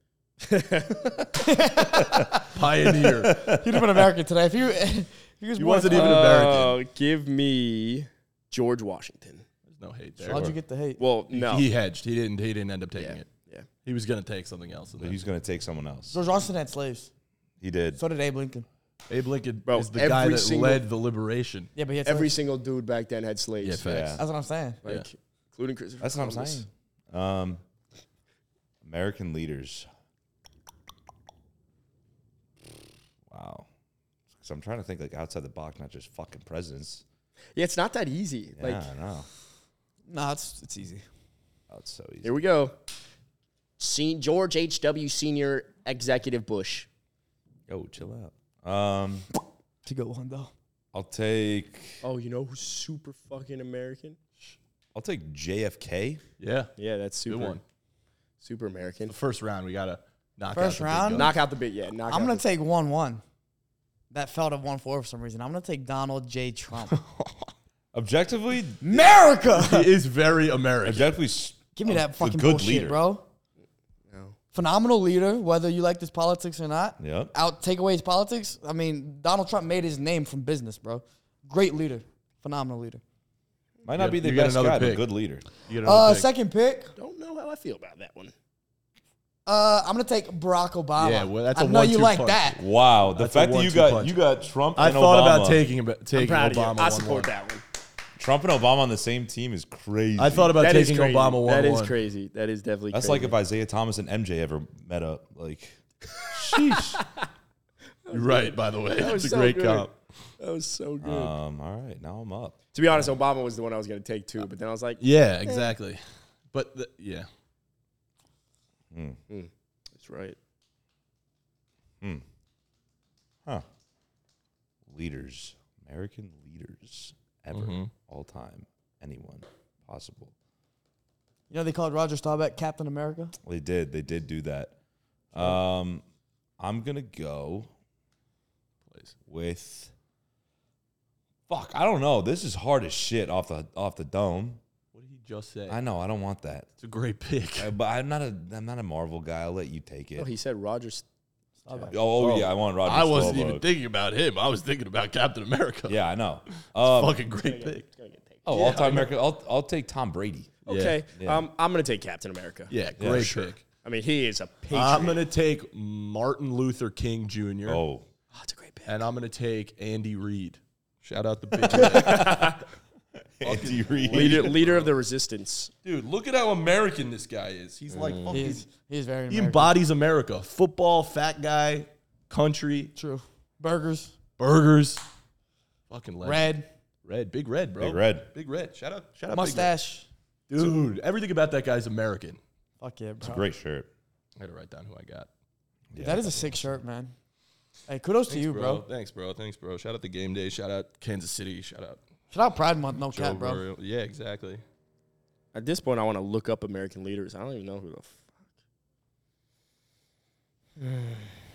S1: Pioneer.
S3: He'd have been American today if you. [LAUGHS] If he was
S1: He
S3: born-
S1: wasn't even American.
S5: Oh, give me George Washington.
S1: There's no hate there.
S3: How'd you get the hate?
S5: Well, no.
S1: He hedged. He didn't. He didn't end up taking
S5: Yeah.
S1: it.
S5: Yeah.
S1: He was gonna take something else. and then-
S4: He's going to take someone else.
S3: George Washington had slaves.
S4: He did.
S3: So did Abe Lincoln.
S1: Abe Lincoln
S5: Bro,
S1: is the guy
S5: every
S1: that
S5: single-
S1: led the liberation.
S3: Yeah, but he had
S5: Every
S3: slaves.
S5: single dude back then had slaves.
S1: Yeah, facts.
S4: Yeah.
S3: That's what I'm saying.
S5: Like, including Christopher
S4: That's what I'm
S5: Columbus.
S4: saying. Um, American leaders. Wow. Because I'm trying to think like outside the box, not just fucking presidents.
S5: Yeah, it's not that easy.
S4: Yeah,
S5: Like,
S4: I know.
S3: Nah, it's it's easy.
S4: Oh, it's so easy.
S5: here we go. Sen- George H.W. Senior Executive Bush.
S4: Oh, chill out. Um,
S3: To go one though.
S4: I'll take
S5: Oh, you know who's super fucking American?
S4: I'll take JFK.
S1: Yeah.
S5: Yeah, that's
S1: Good
S5: super
S1: one.
S5: super American.
S1: The first round, we gotta knock
S3: First
S1: out. the big
S3: round?
S1: guns.
S5: Knock out the bit, yeah. Knock
S3: I'm
S5: out
S3: gonna
S5: the-
S3: take one one. That fell to one four for some reason. I'm gonna take Donald J.
S5: [LAUGHS]
S3: Trump.
S4: Objectively,
S3: America,
S1: He is very American.
S4: objectively, s-
S3: give me
S4: a-
S3: that
S4: a
S3: fucking
S4: good
S3: bullshit,
S4: leader.
S3: bro.
S5: No.
S3: Phenomenal leader, whether you like his politics or not.
S4: Yep.
S3: Out take away his politics. I mean, Donald Trump made his name from business, bro. Great leader, phenomenal leader.
S4: Might not
S1: You
S4: be
S1: got-
S4: the
S1: you got
S4: best
S1: another
S4: guy,
S1: pick.
S4: but good leader.
S1: You get another
S3: Uh,
S1: pick.
S3: second pick.
S5: Don't know how I feel about that one.
S3: Uh, I'm gonna take Barack Obama.
S1: Yeah, well, that's
S3: I
S1: a
S3: know
S1: one-two
S3: you like
S1: punch.
S3: that.
S4: Wow, the
S1: That's a
S4: fact that you
S1: one-two
S4: got
S1: punch.
S4: you got Trump.
S1: I
S4: and
S1: thought
S4: Obama.
S1: about taking ab-
S5: I'm
S1: taking
S5: proud
S1: Obama.
S5: of you. I
S1: one,
S5: support
S1: one.
S5: that one.
S4: Trump and Obama on the same team is crazy.
S1: I thought about
S5: That is
S1: taking
S5: crazy.
S1: Obama one.
S5: That is
S1: one.
S5: crazy. That is definitely
S4: That's
S5: crazy.
S4: like if Isaiah Thomas and MJ ever met up. Like,
S5: [LAUGHS]
S1: You're right, by the way. That's a
S5: so
S1: great
S5: good.
S1: comp.
S5: that was
S1: Uh,
S5: so good.
S4: um, all right, now I'm up.
S5: to be honest, Obama was the one I was gonna take too, but then I was like,
S1: Yeah, exactly. But the, yeah,
S5: that's right.
S4: Leaders, American leaders, ever,
S5: Mm-hmm.
S4: all time, anyone possible.
S3: You know they called Roger Staubach Captain America.
S4: They did. They did do that. Um, I'm gonna go
S1: Please.
S4: with. Fuck, I don't know. This is hard as shit off the off the dome.
S1: what did he just say?
S4: I know. I don't want that.
S1: it's a great pick.
S4: I- but I'm not a I'm not a Marvel guy. I'll let you take it.
S5: Oh,
S4: Oh,
S5: he said Rogers.
S4: oh, yeah, I want
S1: [LAUGHS]
S4: Roger.
S1: I wasn't even
S4: Staubach.
S1: thinking about him. I was thinking about Captain America.
S4: Yeah, I know.
S1: [LAUGHS]
S4: Um,
S1: fucking great pick.
S4: oh, all time American. I'll I'll take Tom Brady.
S5: Okay,
S4: Yeah.
S5: Um, I'm gonna take Captain America.
S1: Yeah, great
S5: sure.
S1: pick.
S5: I mean, he is a patriot.
S1: I'm gonna take Martin Luther King Jr.
S4: Oh,
S5: Oh, that's a great pick.
S1: and I'm gonna take Andy Reid. Shout
S4: [LAUGHS]
S1: out the big man.
S4: Andy Reid.
S5: Leader, leader of the resistance.
S1: dude. Look at how American this guy is. He's like
S4: Mm.
S1: fucking.
S3: He's he's very
S1: He
S3: American.
S1: embodies America. Football, fat guy, country,
S3: True. Burgers,
S1: burgers, fucking legend.
S3: red
S1: red, big red, bro,
S4: Big Red.
S1: big red. Shout out, shout out, Big Red.
S3: mustache.
S1: dude. Everything about that guy's American.
S3: Fuck yeah, bro.
S4: Great shirt.
S1: I had to write down who I got.
S3: That is a sick shirt, man. Hey, kudos to you, bro.
S1: Thanks, bro. Thanks, bro. Shout out the game day. Shout out Kansas City. Shout out
S3: Shout out Pride Month, no
S1: Joe
S3: cap, bro.
S1: Burrow. Yeah, exactly.
S5: At this point, I want to look up American leaders. I don't even know who the.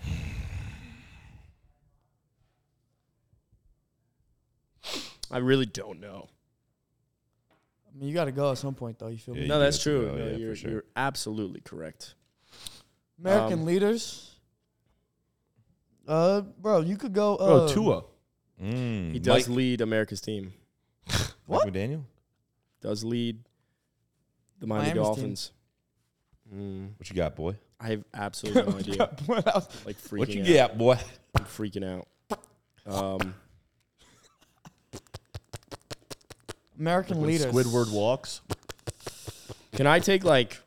S5: F- [SIGHS] I really don't know.
S3: I mean, you got to go at some point, though. You feel me?
S4: Yeah,
S5: No,
S4: you
S5: that's
S4: do.
S5: true.
S4: Oh,
S5: No,
S4: yeah, for
S5: you're,
S4: sure.
S5: you're absolutely correct.
S3: American
S5: Um,
S3: leaders. Uh, bro, you could go.
S1: Bro,
S3: Uh, [LAUGHS]
S1: Tua.
S4: Mm,
S5: He does
S4: Mike,
S5: lead America's team.
S4: Mike McDaniel.
S5: Does lead the Miami
S3: Miami's team.
S5: Dolphins. Mm,
S4: What you got, boy?
S5: I have
S4: [LAUGHS]
S5: absolutely no idea.
S3: what else?
S5: Like freaking
S4: What you
S5: out.
S4: got, boy? [LAUGHS]
S5: I'm freaking out. Um,
S3: American
S1: When
S3: leaders.
S1: Squidward walks.
S5: Can I take like?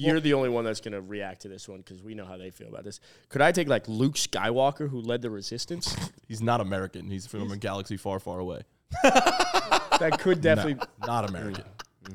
S5: You're the only one that's gonna react to this one because we know how they feel about this. Could I take like Luke Skywalker, who led the Resistance?
S1: He's not American. He's from a galaxy far, far away.
S5: [LAUGHS] That could definitely.
S1: Not American.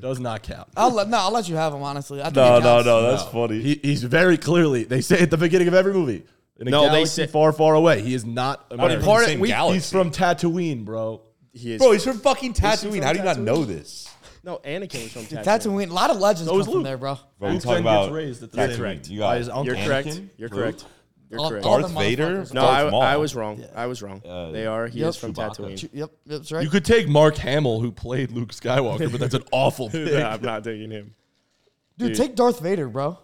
S1: Does not count.
S3: I'll let, no, I'll let you have him. Honestly, I think
S4: No,
S3: it
S4: no,
S3: counts.
S4: no. That's
S1: No.
S4: funny.
S1: He, he's very clearly. They say at the beginning of every movie. In a
S5: No, they
S1: galaxy
S5: say-
S1: far, far away. He is not American.
S4: part of- we-
S1: he's from Tatooine, bro.
S5: He is.
S4: Bro, he's from fucking Tatooine. How do you not know this?
S5: no, Anakin was from Tatooine.
S3: Tatooine. A lot of legends
S1: So
S3: come
S1: is
S3: from
S1: Luke.
S3: there, bro.
S4: Bro, we
S1: Luke
S4: talking
S1: then gets
S4: about
S1: raised at the
S5: That's
S1: same-
S5: correct.
S4: You
S1: By
S4: got
S1: his uncle.
S5: You're correct.
S1: Anakin,
S5: You're
S1: Luke.
S5: correct. You're
S3: All-
S5: correct.
S3: all
S4: Darth
S3: the
S4: Vader?
S3: motherfuckers.
S5: no,
S4: Darth
S5: I,
S4: Maul.
S5: I was wrong. I was wrong.
S4: Uh,
S5: they are. He
S3: yep.
S5: is from
S1: Chewbacca.
S5: Tatooine.
S3: Yep, yep, that's right.
S1: You
S5: [LAUGHS]
S1: could take Mark Hamill, who played Luke Skywalker, but that's an awful pick.
S5: Nah, I'm not taking him.
S3: Dude, take Darth Vader, bro.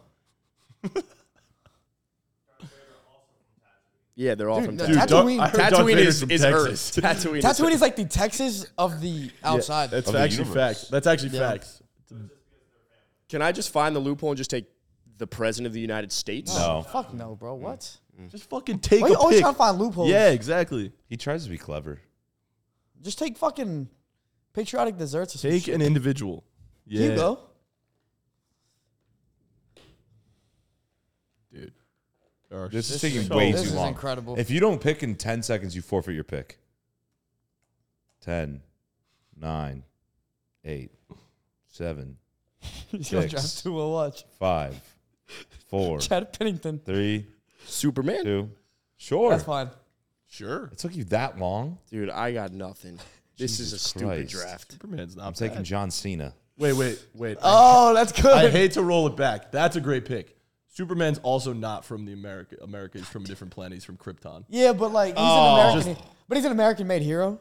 S5: Yeah, they're all
S3: Dude,
S5: from
S3: no,
S5: Texas.
S1: Dude,
S3: Tatooine-
S1: Dar- I heard Darth
S5: Tatooine
S1: Vader's
S5: is,
S1: from
S5: is
S1: Texas.
S5: Earth. Tatooine, is-
S3: Tatooine is like the Texas of the
S1: [LAUGHS]
S3: outside.
S1: That's
S4: Of the
S1: actually
S4: universe.
S1: facts. That's actually
S3: Yeah.
S1: facts.
S5: Can I just find the loophole and just take the president of the United States?
S4: No.
S3: Fuck no, bro. What?
S1: Just fucking Mm. take
S3: Why you
S1: a
S3: always
S1: pick.
S3: trying to find loopholes?
S1: yeah, exactly.
S4: He tries to be clever.
S3: Just take fucking patriotic desserts or some
S1: Take
S3: shit.
S1: an individual. Yeah,
S3: Here you go.
S1: dude. There are
S4: This, is
S1: so-
S4: taking way
S1: this
S4: too
S1: is
S4: long.
S3: incredible. [LAUGHS]
S4: If you don't pick in 10 seconds, you forfeit your pick. 10, 9, 8, 7,
S3: He's gonna drive
S4: Six.
S3: to a watch.
S4: 5, [LAUGHS] 4,
S3: Chad Pennington.
S4: 3,
S5: Superman.
S4: 2. Sure.
S3: That's fine.
S1: Sure.
S4: It took you that long.
S5: Dude, I
S3: [LAUGHS]
S5: got nothing. This is a
S4: Jesus
S5: stupid
S4: Christ.
S5: draft. Uh,
S1: Superman's not
S4: I'm taking
S1: bad.
S4: John Cena.
S1: Wait, wait, wait.
S3: Oh, that's good.
S1: I hate to roll it back. That's a great pick. Superman's also not from the America. America is from a different planet. He's from Krypton.
S3: yeah, but like he's
S1: Oh.
S3: an American, but he's an American-made hero.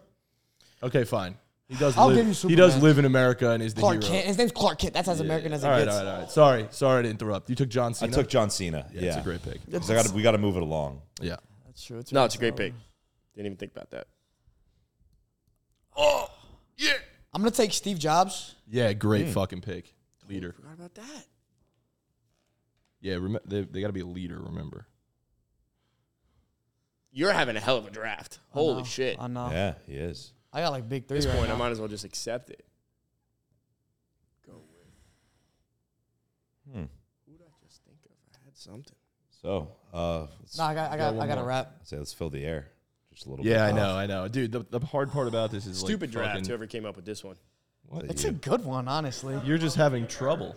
S1: Okay, fine. He does.
S3: I'll
S1: live,
S3: give you
S1: He does
S3: Superman.
S1: live in America and is the
S3: Clark
S1: hero.
S3: Kent. His name's Clark Kent. That's as American as it
S1: all right,
S3: gets.
S1: all right, all right. Sorry, sorry to interrupt. You took John
S4: I
S1: Cena.
S4: took John Cena. Yeah.
S1: Yeah, it's a great pick.
S4: 'Cause I gotta, we got to move it along.
S1: Yeah.
S3: That's true.
S5: No, it's a great pick. Didn't even think about that.
S3: I'm gonna take Steve Jobs.
S1: Yeah, great fucking pick. Leader.
S5: Forgot about that.
S1: Yeah, rem- they, they got to be a leader, remember.
S5: You're having a hell of a draft. Holy shit.
S3: I
S5: At
S1: Oh.
S3: know.
S4: Yeah, he is.
S3: I got like big three
S5: this
S3: right
S5: point, I
S3: now.
S5: might as well just accept it. Go with.
S4: Hmm.
S5: Who did I just think of? I had something.
S4: So, uh, let's,
S3: Nah, I got, I got, I got a wrap.
S4: I'd say let's fill the air just a little
S1: Yeah, I
S4: bit.
S1: know, I know. Dude, the, the hard part about this is
S5: Stupid
S1: like
S5: draft.
S1: Oh. fucking-
S5: Whoever came up with this one.
S4: What
S3: It's
S4: you-
S3: a good one, honestly.
S1: You're just having trouble.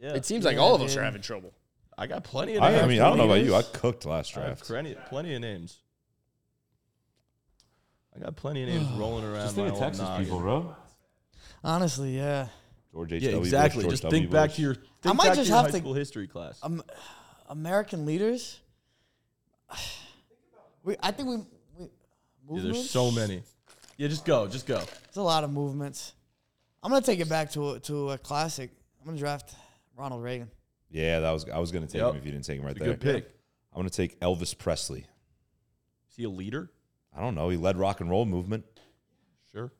S1: Yeah.
S5: It seems like
S3: Yeah,
S5: all of us
S3: dude.
S5: are having trouble.
S1: I got plenty of
S4: I,
S1: names.
S4: I mean, I don't know about you. I
S1: Leaders.
S4: cooked last
S1: I have
S4: draft.
S1: plenty, plenty of names. I got plenty of
S4: [SIGHS]
S1: names rolling around. my old noggin.
S4: bro.
S3: Honestly, yeah.
S4: George H.
S1: Yeah,
S4: W. Bush,
S1: exactly.
S4: George
S1: Just
S4: W.
S1: think back
S4: Bush.
S1: to your. Think
S3: might
S1: back
S3: just
S1: to your
S3: have
S1: high
S3: to-
S1: school history class.
S3: Um, American leaders. [SIGHS] We, I think we, we
S1: Yeah,
S3: movements.
S1: there's so many. Yeah, just go, just go.
S3: There's a lot of movements. I'm gonna take it back to a, to a classic. I'm gonna draft Ronald Reagan.
S4: Yeah, that was. I was gonna take
S1: Yep.
S4: him if you didn't take him right
S1: It's a
S4: there.
S1: good pick.
S4: I'm gonna take Elvis Presley.
S1: Is he a leader?
S4: I don't know. He led rock and roll movement.
S1: Sure.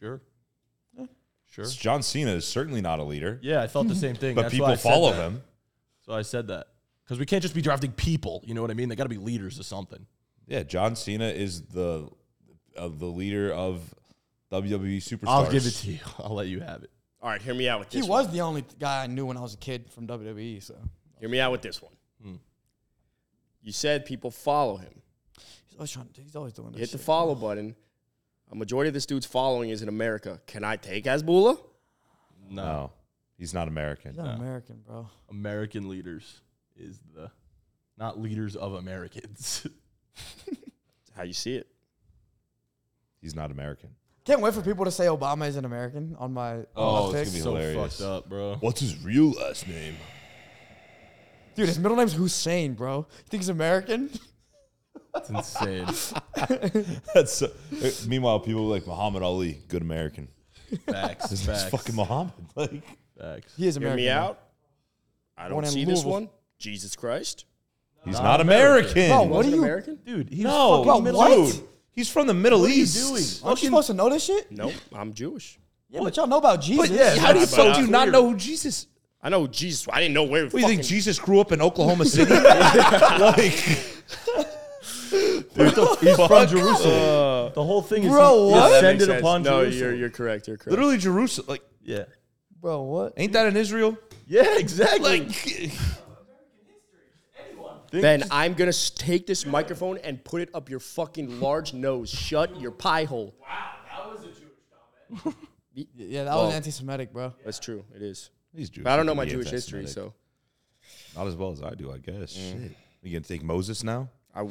S1: Sure. Sure.
S4: John Cena is certainly not a leader,
S1: Yeah, I thought the same thing.
S4: but
S1: That's why I
S4: people
S1: said
S4: follow
S1: that.
S4: him.
S1: So I said that because we can't just be drafting people. You know what I mean? They got to be leaders of something.
S4: Yeah, John Cena is the uh, the leader of WWE superstars.
S1: I'll give it to you. [LAUGHS] I'll let you have it.
S5: All right, hear me out with this
S3: he
S5: one.
S3: was the only th- guy I knew when I was a kid from WWE. So
S5: Hear me out with this one.
S3: Hmm.
S5: You said people follow him.
S3: he's always trying. He's always doing this.
S5: Hit the
S3: shit.
S5: follow button. A majority of this dude's following is in America. Can I take Azbula?
S1: No,
S4: No, he's not American.
S3: He's not American, bro.
S1: American leaders is the not leaders of Americans. [LAUGHS]
S5: How you see it?
S4: He's not American.
S3: Can't wait for people to say Obama is an American on my on
S4: Oh,
S3: my
S4: it's
S3: pick.
S1: so
S4: gonna be hilarious.
S1: fucked up, bro.
S4: What's his real last name?
S3: Dude, his middle name's Hussein, bro. You think he's American? [LAUGHS]
S1: It's insane.
S4: [LAUGHS] That's so, meanwhile people were like Muhammad Ali, good American. [LAUGHS]
S1: Facts.
S4: It's
S1: Facts.
S4: fucking Muhammad. Like
S1: facts.
S3: He is
S5: Hear
S3: American.
S5: me
S3: bro.
S5: out. I don't
S3: Born in
S5: see this
S3: Louisville.
S5: one. Jesus Christ.
S4: he's
S1: Not
S4: not,
S1: American.
S4: American.
S3: Bro, what
S5: Wasn't
S3: are you?
S5: American?
S1: Dude, he
S4: No,
S1: was fucking
S3: Bro,
S1: Middle
S3: what?
S1: East.
S4: dude. He's from the Middle
S1: What are you
S4: East.
S1: doing?
S3: Aren't you
S1: Fucking-
S3: supposed to know this shit?
S5: Nope, I'm Jewish.
S3: Yeah, but y'all know about Jesus.
S1: But yeah,
S4: How do you,
S5: But I-
S4: so, do you not know who Jesus?
S5: I know Jesus. I didn't know where.
S4: What do you think
S5: fucking-
S4: Jesus grew up in
S1: [LAUGHS]
S4: Oklahoma City? [LAUGHS] like,
S1: He's from Jerusalem. the whole thing is
S3: Bro,
S1: he
S3: what?
S5: That makes
S1: descended
S5: sense.
S1: upon
S5: No,
S1: Jerusalem.
S5: you're you're correct. You're correct.
S4: literally Jerusalem. Like,
S1: yeah.
S3: bro. What?
S4: ain't that in Israel?
S1: Yeah, exactly.
S4: Like,
S5: Ben, I'm gonna s- take this microphone and put it up your fucking large nose. Shut your pie hole.
S3: Yeah, that
S5: Well-
S3: was anti-Semitic, bro.
S5: That's true. It is.
S4: he's Jewish.
S5: But I don't know
S4: He
S5: my
S4: could be
S5: Jewish history,
S4: anti-Semitic.
S5: so
S4: not as well as I do, I guess.
S1: Mm.
S4: Shit, you gonna take Moses now?
S5: I,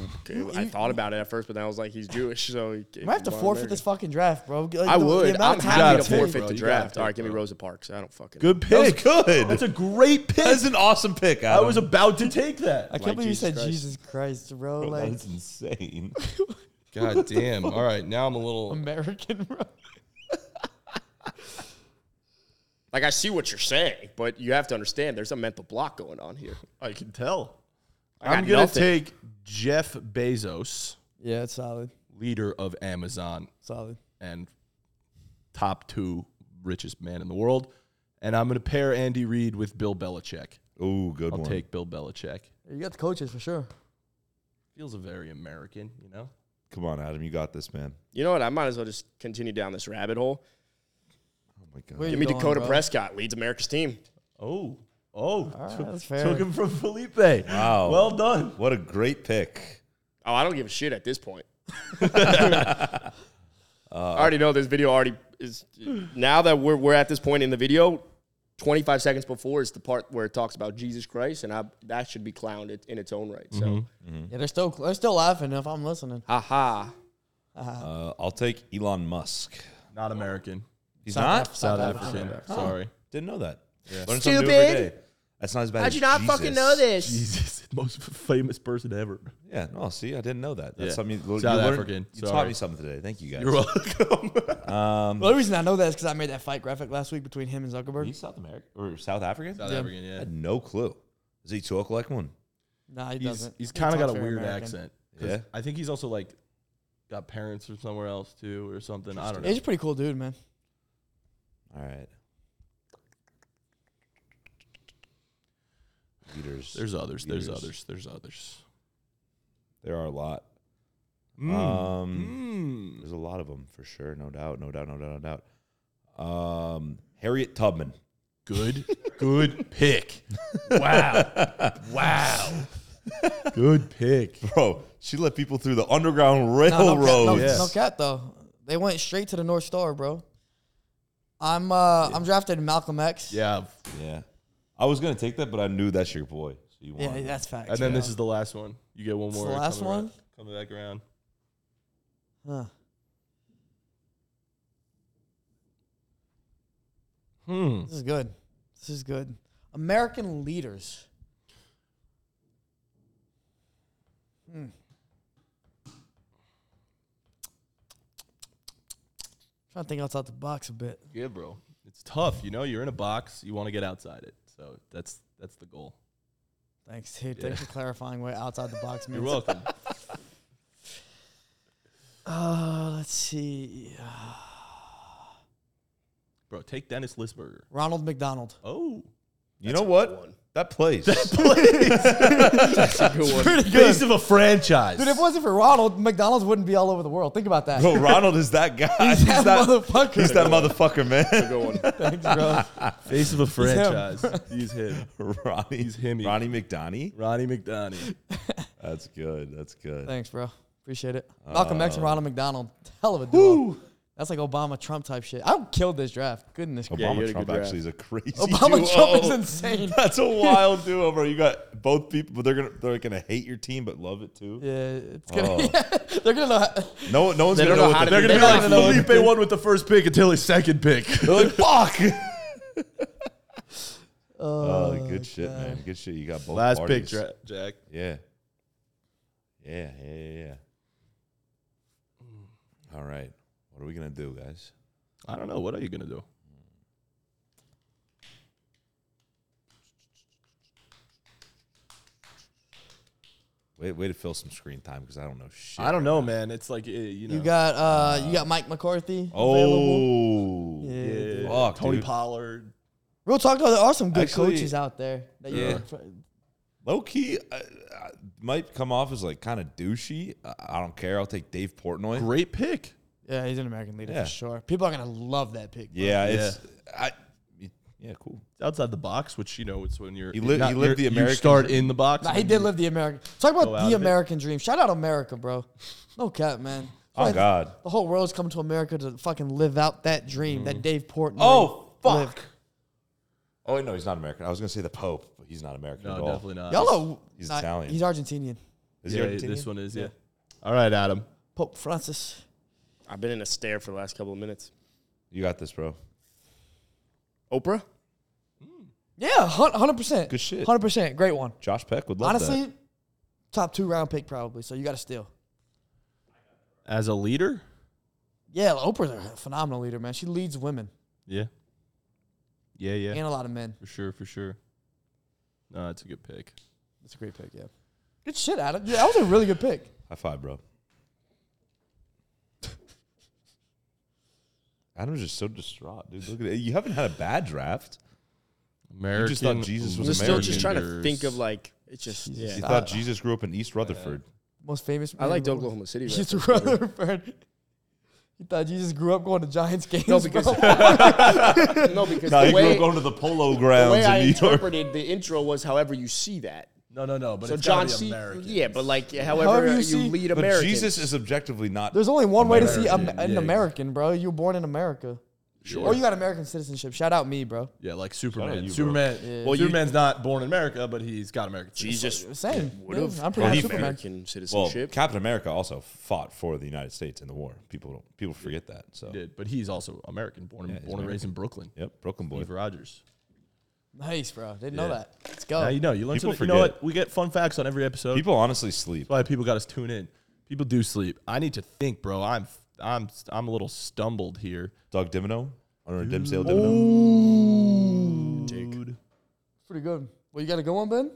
S5: I thought about it at first, but then I was like, he's Jewish, so he
S3: You might have to forfeit this fucking draft, bro. Like,
S5: I
S3: the- the
S5: would.
S3: amount
S5: I'm
S3: of time you
S5: happy to
S1: take,
S3: took.
S5: forfeit
S1: bro.
S5: the
S1: You gotta
S5: draft.
S1: take,
S5: All right, give me
S1: bro.
S5: Rosa Parks. I don't fucking.
S1: Good
S4: That was
S1: pick.
S4: good.
S1: That's a great pick.
S4: That's an awesome pick.
S1: I
S4: Adam.
S1: was about to take that.
S3: [LAUGHS] I can't believe
S5: Jesus
S3: you said
S5: Christ.
S3: Jesus Christ, bro.
S4: Bro,
S3: Like [LAUGHS]
S4: That's insane.
S1: God damn. All right, now I'm a little.
S3: American, bro.
S5: Like I see what you're saying, but you have to understand there's a mental block going on here.
S1: I can tell.
S5: got
S1: I'm gonna
S5: nothing.
S1: take Jeff Bezos,
S3: Yeah, it's solid.
S1: leader of Amazon
S3: Solid.
S1: and top two richest man in the world, and I'm gonna pair Andy Reid with Bill Belichick.
S4: [LAUGHS] Ooh, good
S1: I'll
S4: one.
S1: take Bill Belichick.
S3: You got the coaches for sure.
S1: Feels a very American, you know.
S4: Come on, Adam, you got this, man.
S5: You know what? I might as well just continue down this rabbit hole.
S4: Oh my god.
S3: Where
S5: Give
S3: you
S5: me
S3: going,
S5: Dakota
S3: bro?
S5: Prescott leads America's team.
S1: Oh, oh,
S3: right,
S1: took,
S3: that's fair.
S1: took him from Felipe. Wow, well done.
S4: What a great pick.
S5: Oh, I don't give a shit at this point. [LAUGHS] I already know this video already is. Now that we're, we're at this point in the video, 25 seconds before is the part where it talks about Jesus Christ, and I, that should be clowned it- in its own right. So,
S3: Yeah, they're still they're still laughing if I'm listening.
S5: haha.
S4: Uh, I'll take Elon Musk.
S1: Not American.
S4: He's not.
S1: South African. Sorry.
S4: Didn't know that. Learn something new every
S5: Stupid.
S4: day. That's not as bad.
S5: How'd
S4: as
S5: you not
S4: Jesus.
S5: fucking know this?
S1: Jesus, [LAUGHS] most famous person ever.
S4: Yeah. No. See, I didn't know that. That's
S1: Yeah.
S4: something. You,
S1: South
S4: you learned-
S1: African.
S4: You taught
S1: Sorry.
S4: me something today. Thank you guys.
S1: You're [LAUGHS] welcome. Um,
S3: the only reason I know that is because I made that fight graphic last week between him and Zuckerberg.
S4: He's South American or South African?
S1: South
S3: Yeah.
S1: African,
S4: I
S1: yeah.
S4: had no clue. Does he talk like one?
S3: Nah, he
S1: He's,
S3: doesn't.
S1: he's
S3: He
S1: kind of
S3: talks
S1: got a
S3: very
S1: weird
S3: American.
S1: accent. 'Cause
S4: Yeah.
S1: I think he's also like got parents from somewhere else too or something. I don't
S3: He's
S1: know.
S3: a pretty cool dude, man.
S4: All right. Leaders.
S1: There's others. There's
S4: Leaders.
S1: others. There's others.
S4: There are a lot.
S1: Hmm.
S4: Um,
S1: Mm.
S4: There's a lot of them for sure. No doubt. No doubt. No doubt. No doubt. Um, Harriet Tubman.
S1: Good, [LAUGHS] good pick. Wow. wow. Good pick.
S4: [LAUGHS] Bro, she let people through the Underground
S3: Nah, no, cap,
S4: Railroad.
S3: no,
S1: Yes.
S3: no cap though. They went straight to the North Star, bro. I'm uh I'm drafted Malcolm X.
S1: Yeah.
S4: Yeah. I was going to take that, but I knew that's your boy. So you
S3: Yeah,
S4: wanted him.
S3: that's facts.
S1: And then
S3: bro.
S1: this is the last one. You get one
S3: It's
S1: more.
S3: the last
S1: coming around-
S3: one?
S1: Coming back around.
S3: Huh.
S1: Hmm.
S3: This is good. This is good. American leaders. Hmm. Trying to think outside the box a bit.
S1: Yeah, bro. It's tough. You know, you're in a box. You want to get outside it. So that's that's the goal.
S3: Thanks, dude. Thanks for clarifying what outside the box
S1: [LAUGHS]
S3: means.
S1: You're welcome.
S3: Uh, let's see.
S1: bro, take Dennis Lisberger.
S3: Ronald McDonald.
S1: Oh.
S4: You know what? That place.
S1: Pretty good. [LAUGHS] Face of a franchise.
S3: Dude, if it wasn't for Ronald, McDonald's wouldn't be all over the world. Think about that.
S4: [LAUGHS] Bro, Ronald is that guy.
S3: [LAUGHS]
S4: He's,
S3: that motherfucker.
S4: He's that motherfucker, man. [LAUGHS]
S5: Go on.
S1: [LAUGHS]
S3: Thanks, bro.
S1: Face of a
S3: him.
S1: franchise. He's him.
S4: Ronnie's
S1: him.
S4: Ronnie McDonnie.
S1: Ronnie McDonnie.
S4: That's good. That's good.
S3: Thanks, bro. Appreciate it.
S4: Uh,
S3: Malcolm X and Ronald McDonald. [LAUGHS] Hell of a duo. That's like Obama Trump type shit. I killed this draft. Goodness gracious.
S5: you
S4: Obama
S5: had a
S4: Trump
S5: good draft.
S4: actually is a crazy. [LAUGHS]
S3: Obama
S4: duo.
S3: Trump is
S4: [LAUGHS]
S3: insane.
S4: That's a wild duo, bro. You got both people, but they're gonna they're gonna hate your team, but love it too.
S3: Yeah, it's gonna.
S4: Oh.
S3: [LAUGHS] they're gonna
S4: [LAUGHS]
S3: know. How,
S4: No, no one's
S5: They
S4: gonna know,
S5: don't know how
S4: what
S5: to
S4: they're
S5: do
S4: gonna be
S5: that.
S4: like.
S5: They
S1: know Felipe won with the first pick until his second pick.
S4: They're like, fuck. [LAUGHS] Oh, good shit, man. Good shit. You got both.
S1: Last pick,
S4: parties.
S1: Dra- Jack.
S4: Yeah. Yeah, yeah, yeah, yeah. All right. What are we gonna do, guys?
S1: I don't know. What are you going to do?
S4: Wait, way to fill some screen time because I don't know shit.
S1: I don't know, man. It's like, eh, you know.
S3: You got uh, you got Mike McCarthy. available.
S4: Oh,
S3: Yeah.
S1: yeah,
S4: Fuck,
S1: Eh, Tony
S4: dude.
S1: Pollard.
S3: Real talk though, there are some good
S4: Actually-
S3: coaches out there. That you
S4: Yeah.
S3: can tr-
S4: low key I, I, might come off as like kind of douchey. I, I don't care. I'll take Dave Portnoy.
S1: Great pick.
S3: yeah, he's an American leader
S4: Yeah.
S3: for sure. People are gonna love that pick. bro.
S4: Yeah, it's I. Yeah, cool.
S1: Outside the box, which, you know, it's when you're.
S4: You li-
S1: not-
S4: you live
S1: you're-
S4: the
S1: You
S4: American
S1: start
S4: dream.
S1: in the box.
S3: Nah,
S1: and
S3: he
S1: then
S3: did
S1: you-
S3: live the American. Talk
S1: Go
S3: about
S1: out
S3: the
S1: of it.
S3: American dream. Shout out America, bro. No cap, man.
S4: Oh
S3: Like,
S4: God.
S3: the whole world's come to America to fucking live out that dream
S4: Mm-hmm.
S3: that Dave Portnoy. lived.
S4: Oh wait, no, he's not American. I was gonna say the Pope, but he's not American
S1: No,
S4: at all.
S1: definitely not.
S3: Y'all are.
S4: He's
S3: nah,
S4: Italian.
S3: He's Argentinian.
S4: Is
S1: yeah,
S4: he Argentinian?
S1: this one is, yeah. All right, Adam.
S3: Pope Francis.
S5: I've been in a stare for the last couple of minutes.
S4: You got this, bro.
S5: Oprah?
S3: Yeah, hundred percent.
S4: Good shit.
S3: Hundred percent. Great one.
S4: Josh Peck would love
S3: Honestly,
S4: that.
S3: top two round pick probably. So you got to steal.
S1: As a leader?
S3: Yeah, Oprah's a phenomenal leader, man. She leads women.
S1: Yeah. Yeah, yeah.
S3: and a lot of men.
S1: for sure, for sure. No, that's a good pick.
S3: That's a great pick, yeah. Good shit, Adam. Yeah, that was a really good pick.
S4: High five, bro. [LAUGHS] Adam's just so distraught, dude. Look at it. You haven't had a bad draft.
S1: American
S4: just thought Jesus was
S5: I'm still just trying to
S1: leaders.
S5: think of like it's just
S4: You
S5: yeah.
S4: thought Jesus grew up in East Rutherford.
S3: Most famous.
S5: I liked
S3: man.
S5: Oklahoma City.
S3: He's [LAUGHS]
S5: Raptors.
S3: Rutherford. You thought Jesus grew up going to Giants games?
S5: No, because [LAUGHS]
S3: bro?
S5: no, because
S4: No,
S5: the
S4: you grew
S5: way,
S4: up going to the polo
S5: the way
S4: grounds
S5: I
S4: in New York.
S5: interpreted the intro was however you see that.
S6: No, no, no. But
S5: So
S6: it's
S5: John
S6: gotta
S5: C.
S6: be American.
S5: Yeah, but like however,
S3: However you
S5: you,
S3: see-
S5: lead
S4: But
S5: America.
S4: Jesus is objectively not.
S3: There's only one way to see
S1: American,
S3: Am- an
S1: yeah.
S3: American, bro. You were born in America. Or you got American citizenship. Shout out me, bro.
S1: Yeah, like
S4: Shout out
S1: Superman.
S4: you, bro.
S1: Superman.
S3: Yeah.
S1: Well,
S4: you-
S1: Superman's not born in America, but he's got American.
S5: Jesus
S3: Same.
S5: would
S3: Yeah,
S5: have
S3: I'm pretty
S4: he
S3: much Superman.
S5: American
S4: well,
S5: citizenship.
S4: Captain America also fought for the United States in the war. People don't. People forget that. So,
S1: citizenship. Did, but he's also American, born,
S4: Yeah,
S1: and
S4: he's
S1: born and raised in Brooklyn.
S4: yep, Brooklyn boy.
S1: Steve Rogers.
S3: Nice, bro. Didn't know
S1: Yeah.
S3: that. Let's go.
S1: Now you know. You learn
S4: People
S1: something. You know
S4: forget.
S1: what? We get fun facts on every episode.
S4: People honestly sleep.
S1: That's why people got us tune in. People do sleep. I need to think, bro. I'm I'm I'm a little stumbled here.
S4: Doug Dimino, Honor Dimsdale Dimino.
S1: Dude.
S3: Pretty good. Well, you got a good one,
S1: [LAUGHS]
S3: Ben?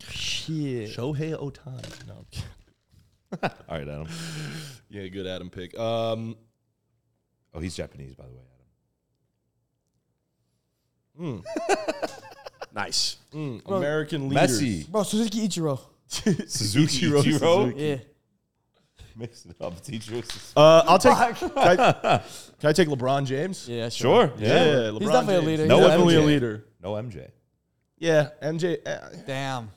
S3: Shit.
S1: Shohei Otani. No. I'm kidding.
S4: All right, Adam.
S1: yeah, good Adam pick. Um,
S4: Oh, he's Japanese, by the way. Adam.
S5: nice.
S1: mm, American leaders. [LAUGHS]
S4: Messi,
S3: Bro, Suzuki Ichiro.
S4: Suzuki,
S1: Ichiro
S4: Ichiro.
S3: Yeah.
S4: Mix it up. Teach you.
S1: Uh, I'll take. Can I, can I take LeBron James?
S3: Yeah,
S4: Sure.
S1: Yeah,
S4: Yeah.
S1: LeBron
S3: He's definitely a
S1: James.
S3: leader.
S4: No
S1: No,
S4: He's
S1: definitely a
S4: MJ.
S1: leader.
S4: No MJ.
S1: Yeah, MJ. eh,
S3: Damn.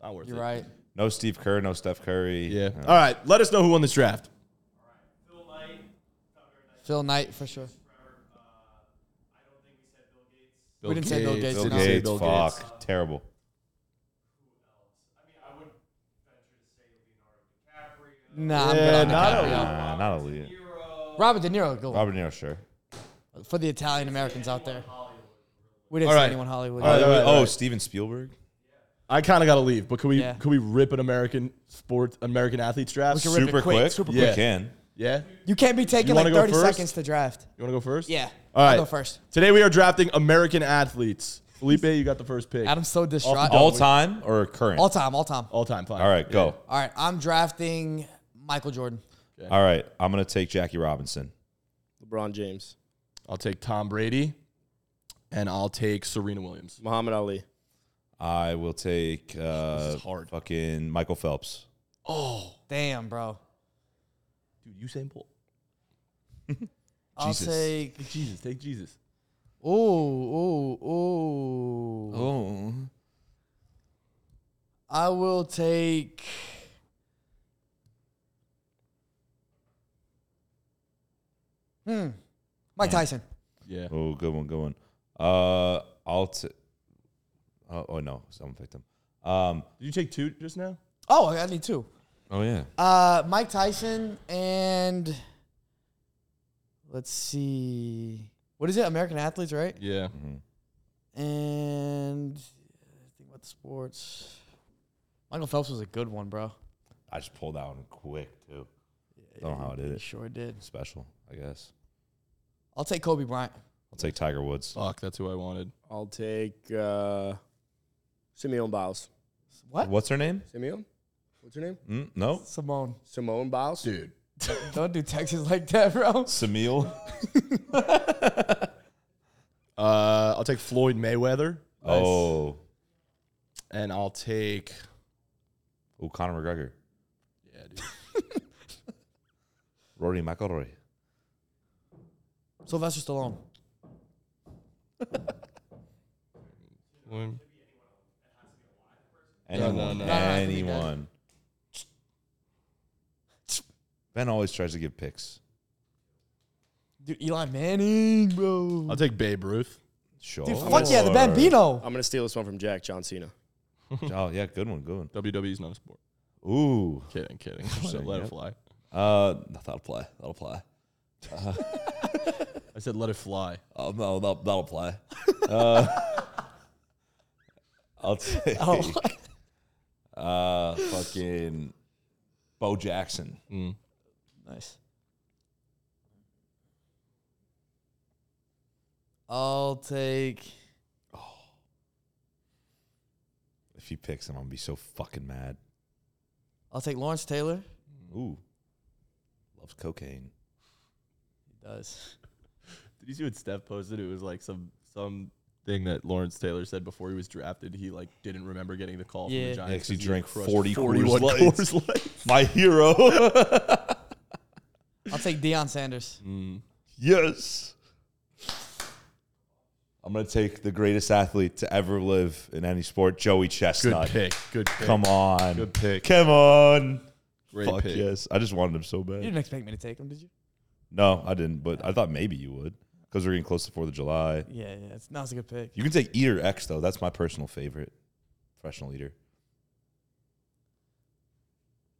S1: not worth
S3: You're
S1: it.
S3: right.
S4: No Steve Kerr. No Steph Curry.
S1: Yeah.
S4: Uh,
S1: All right. Let us know who won this draft.
S2: Phil Knight, Tucker Knight,
S3: Phil Knight, for sure.
S2: Trevor. Uh, I don't think we said Bill Gates.
S1: Bill
S3: didn't say Bill Gates,
S4: Bill
S3: no.
S1: Didn't say
S4: Gates.
S1: Bill
S4: fuck.
S1: Gates.
S4: Terrible.
S2: I mean, I would venture to say
S3: Nah,
S2: Leonardo DiCaprio,
S3: I'm
S1: Yeah,
S3: good on
S1: not
S3: DiCaprio.
S4: Nah, not a lead.
S2: Hero,
S3: Robert De Niro, good one.
S4: Robert De Niro, sure.
S3: For the Italian Americans out there. We didn't
S1: All
S3: say
S1: right.
S3: anyone Hollywood.
S1: All right, all right, all
S4: oh,
S1: right.
S4: Steven Spielberg.
S1: I kind of got to leave, but could we
S3: Yeah.
S1: could we rip an American sports American athletes draft?
S3: We can rip it
S4: Super
S3: quick,
S4: quick.
S3: super
S4: We
S1: quick.
S4: Can.
S1: yeah.
S3: You can't be taking
S1: You
S3: like
S1: wanna go
S3: 30
S1: first?
S3: seconds to draft.
S1: You want to go first?
S3: Yeah.
S1: All
S3: I'll
S1: right.
S3: go first.
S1: Today we are drafting American athletes. Felipe, you got the first pick.
S3: Adam's so distraught.
S4: All time or current?
S3: All time, all time.
S1: All time. Fine.
S4: All right, go.
S3: All right, I'm drafting Michael Jordan.
S4: All right, I'm gonna take Jackie Robinson.
S5: LeBron James,
S1: I'll take Tom Brady, and I'll take Serena Williams.
S5: Muhammad Ali,
S4: I will take uh,
S1: is hard.
S4: fucking Michael Phelps.
S3: Damn, bro.
S1: Dude, Usain Bolt.
S3: I'll
S4: Jesus.
S3: take.
S1: Take Jesus. Take Jesus.
S3: Ooh, ooh, ooh.
S4: Oh,
S3: I will take. Hmm. Mike Tyson.
S1: Yeah.
S4: oh, good one, good one. Uh, I'll. T- oh, oh no, someone picked him. Um,
S1: Did you take two just now?
S3: Oh, I need two.
S4: oh yeah,
S3: Uh, Mike Tyson and let's see, what is it? American athletes, right?
S1: Yeah.
S4: mm-hmm.
S3: And uh, think about the sports. Michael Phelps was a good one, bro.
S4: I just pulled that one quick too. I don't know how I did
S3: He
S4: it.
S3: sure did.
S4: Special, I guess.
S3: I'll take Kobe Bryant.
S4: I'll take Tiger Woods.
S1: Fuck, that's who I wanted.
S5: I'll take uh, Simeon Biles.
S3: What?
S4: What's her name?
S5: Simeon, what's her name?
S4: Mm, no,
S3: Simone.
S5: Simone Biles.
S1: Dude. [LAUGHS]
S3: Don't do Texas [LAUGHS] like that, bro.
S4: Samil.
S1: Uh, I'll take Floyd Mayweather,
S4: Oh,
S1: and I'll take.
S4: oh, Conor McGregor,
S1: Yeah, dude.
S4: Rory McIlroy.
S3: Sylvester Stallone.
S1: One. no,
S4: Anyone,
S1: no.
S3: has to be dead.
S4: anyone. Ben always tries to give picks.
S3: Dude, Eli Manning, bro.
S1: I'll take Babe Ruth.
S4: Sure.
S3: Dude, fuck yeah, the Bambino.
S5: I'm gonna steal this one from Jack John Cena.
S4: Oh yeah, good one, good one.
S1: WWE's not a sport.
S4: Ooh,
S1: Kidding, kidding. [LAUGHS] So let it fly.
S4: uh, that'll play. That'll play.
S1: I said let it fly.
S4: Oh no, that'll, that'll [LAUGHS] play. Uh, I'll take [LAUGHS] uh, fucking Bo Jackson.
S3: Nice. I'll take.
S4: If he picks him, I'm gonna be so fucking mad.
S3: I'll take Lawrence Taylor.
S4: Ooh, loves cocaine.
S3: He does.
S1: Did you see what Steph posted? It was like some some thing that Lawrence Taylor said before he was drafted. He like didn't remember getting the call from
S3: Yeah.
S1: the
S4: Yeah,
S1: Giants.
S4: 'cause he
S1: 'cause
S4: drank
S1: crushed
S4: 40
S1: 41
S4: Coors Lights.
S1: Coors Lights.
S4: My hero.
S3: I'll take Deion Sanders.
S1: Mm.
S4: yes. I'm gonna take the greatest athlete to ever live in any sport, Joey
S1: Good
S4: Chestnut.
S1: pick. Good pick.
S4: Come on.
S1: Good pick.
S4: Come on.
S1: Great
S4: Fuck
S1: pick.
S4: yes. I just wanted him so
S3: You
S4: bad.
S3: didn't expect me to take him, did you?
S4: No, I didn't, but I thought maybe you would. Because we're getting close to Fourth of July.
S3: Yeah, yeah. It's, no, it's a good pick.
S4: You can take E or X though. That's my personal favorite. Professional eater.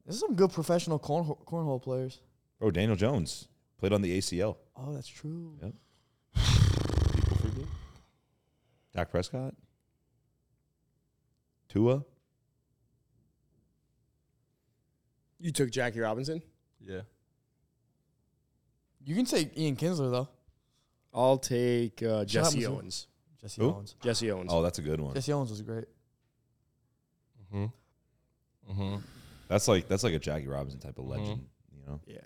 S3: There's some good professional cornhole, cornhole players.
S4: Bro, Daniel Jones played on the ACL.
S3: Oh, that's true.
S4: Yep. Dak Prescott. Tua.
S5: You took Jackie Robinson.
S1: Yeah.
S3: You can take Ian Kinsler though.
S5: I'll take uh,
S3: Shut up,
S5: Jesse
S3: Mizzou.
S5: Owens.
S3: Jesse
S4: Who?
S3: Owens.
S5: Jesse Owens.
S4: Oh, that's a good one.
S3: Jesse Owens was great.
S1: Mm-hmm. Mm-hmm.
S4: That's like that's like a Jackie Robinson type of legend. You know,
S5: Yeah.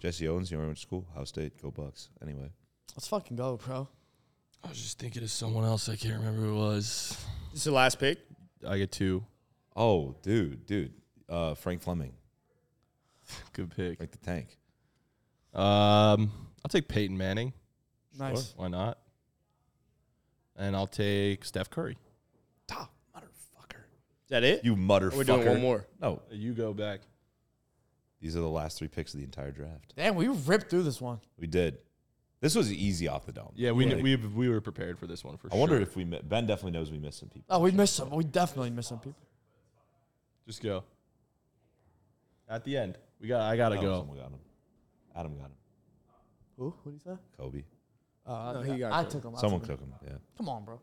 S4: Jesse Owens. You know, where I went to school, House State, go Bucks. Anyway,
S3: Let's fucking go, bro.
S1: I was just thinking of someone else. I can't remember who it was.
S5: This is the last pick.
S1: I get two.
S4: oh, dude, dude, uh, Frank Fleming,
S1: Good pick.
S4: Frank the Tank.
S1: Um, I'll take Peyton Manning.
S3: Nice.
S1: Why not? And I'll take Steph Curry.
S4: Ta, motherfucker.
S5: Is that it?
S4: You motherfucker.
S5: Or we're doing one more.
S4: No,
S1: You go back.
S4: these are the last three picks of the entire draft.
S3: Damn, we ripped through this one.
S4: We did. This was easy off the dome.
S1: Yeah, we kn-
S4: Like,
S1: we we were prepared for this one for
S4: I
S1: sure.
S4: wondered if we mi- Ben definitely knows we missed some people.
S3: Oh, we missed some. We definitely missed some people.
S1: Just go. At the end, we got. I gotta
S4: Oh,
S1: go.
S4: someone got him. Adam got him.
S3: Who? What did he say?
S4: Kobe.
S3: Uh,
S5: he got
S3: I,
S5: it.
S3: took him. I
S4: Someone
S3: took him.
S4: took him. Yeah,
S3: Come on, bro.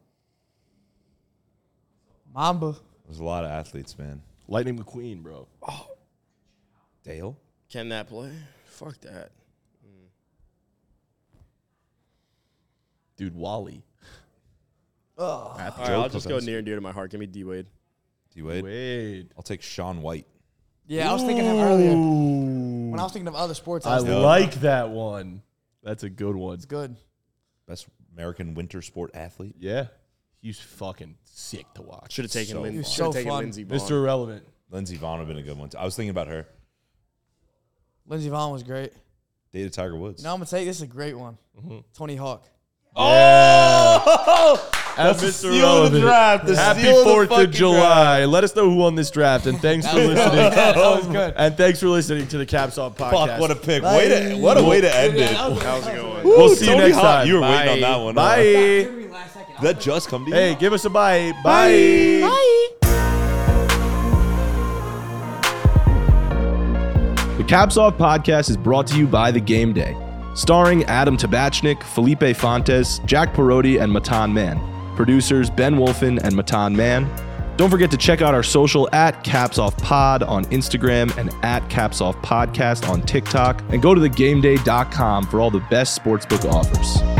S3: Mamba.
S4: there's a lot of athletes, man.
S1: Lightning McQueen, bro.
S4: Dale.
S5: Can that play? Fuck that.
S1: Dude, Wally.
S5: All right, I'll just go near and dear to my heart. Give me D Wade.
S4: D Wade.
S1: Wade.
S4: I'll take Sean White.
S3: Yeah, I was thinking of him earlier. When I was thinking of other sports, I
S1: I
S3: was thinking
S1: like that one. That's a good one.
S3: it's good.
S4: best American winter sport athlete.
S1: Yeah. He's fucking sick to watch.
S5: Should have taken,
S4: So
S5: Lin-
S4: fun.
S5: should've
S3: So
S5: taken
S3: fun.
S5: Lindsey Vonn.
S1: Mr. Irrelevant.
S4: Lindsey Vaughn would have been a good one. Too. I was thinking about her.
S3: Lindsey Vaughn was great.
S4: Dated Tiger Woods.
S3: You know, I'm gonna take this is a great one.
S4: Mm-hmm.
S3: Tony Hawk.
S1: At
S4: Oh! That's the
S1: Mr.
S4: steal of the
S1: Irrelevant.
S4: draft, the
S1: Happy
S4: steal of the
S1: 4th of,
S4: fucking
S1: July. Let us know who won this draft, and thanks for listening. [LAUGHS]
S3: that was good.
S1: And thanks for listening to the Caps Off podcast.
S4: Fuck, what a pick. Way to, what a way to end it.
S5: That was a good one.
S1: we'll
S4: Ooh,
S1: see you
S4: Tony
S1: next
S4: Hawk.
S1: time.
S4: You were
S1: Bye.
S4: waiting on that one, huh?
S1: Bye.
S4: That just come to you.
S1: Hey, give us a bye. Bye. The Caps Off podcast is brought to you by The Game Day, starring Adam Tabachnik, Felipe Fontes, Jack Parodi, and Matan Mann. Producers Ben Wolfen and Matan Mann. Don't forget to check out our social at Caps Off Pod on Instagram and at Caps Off Podcast on TikTok. And go to thegameday.com for all the best sportsbook offers.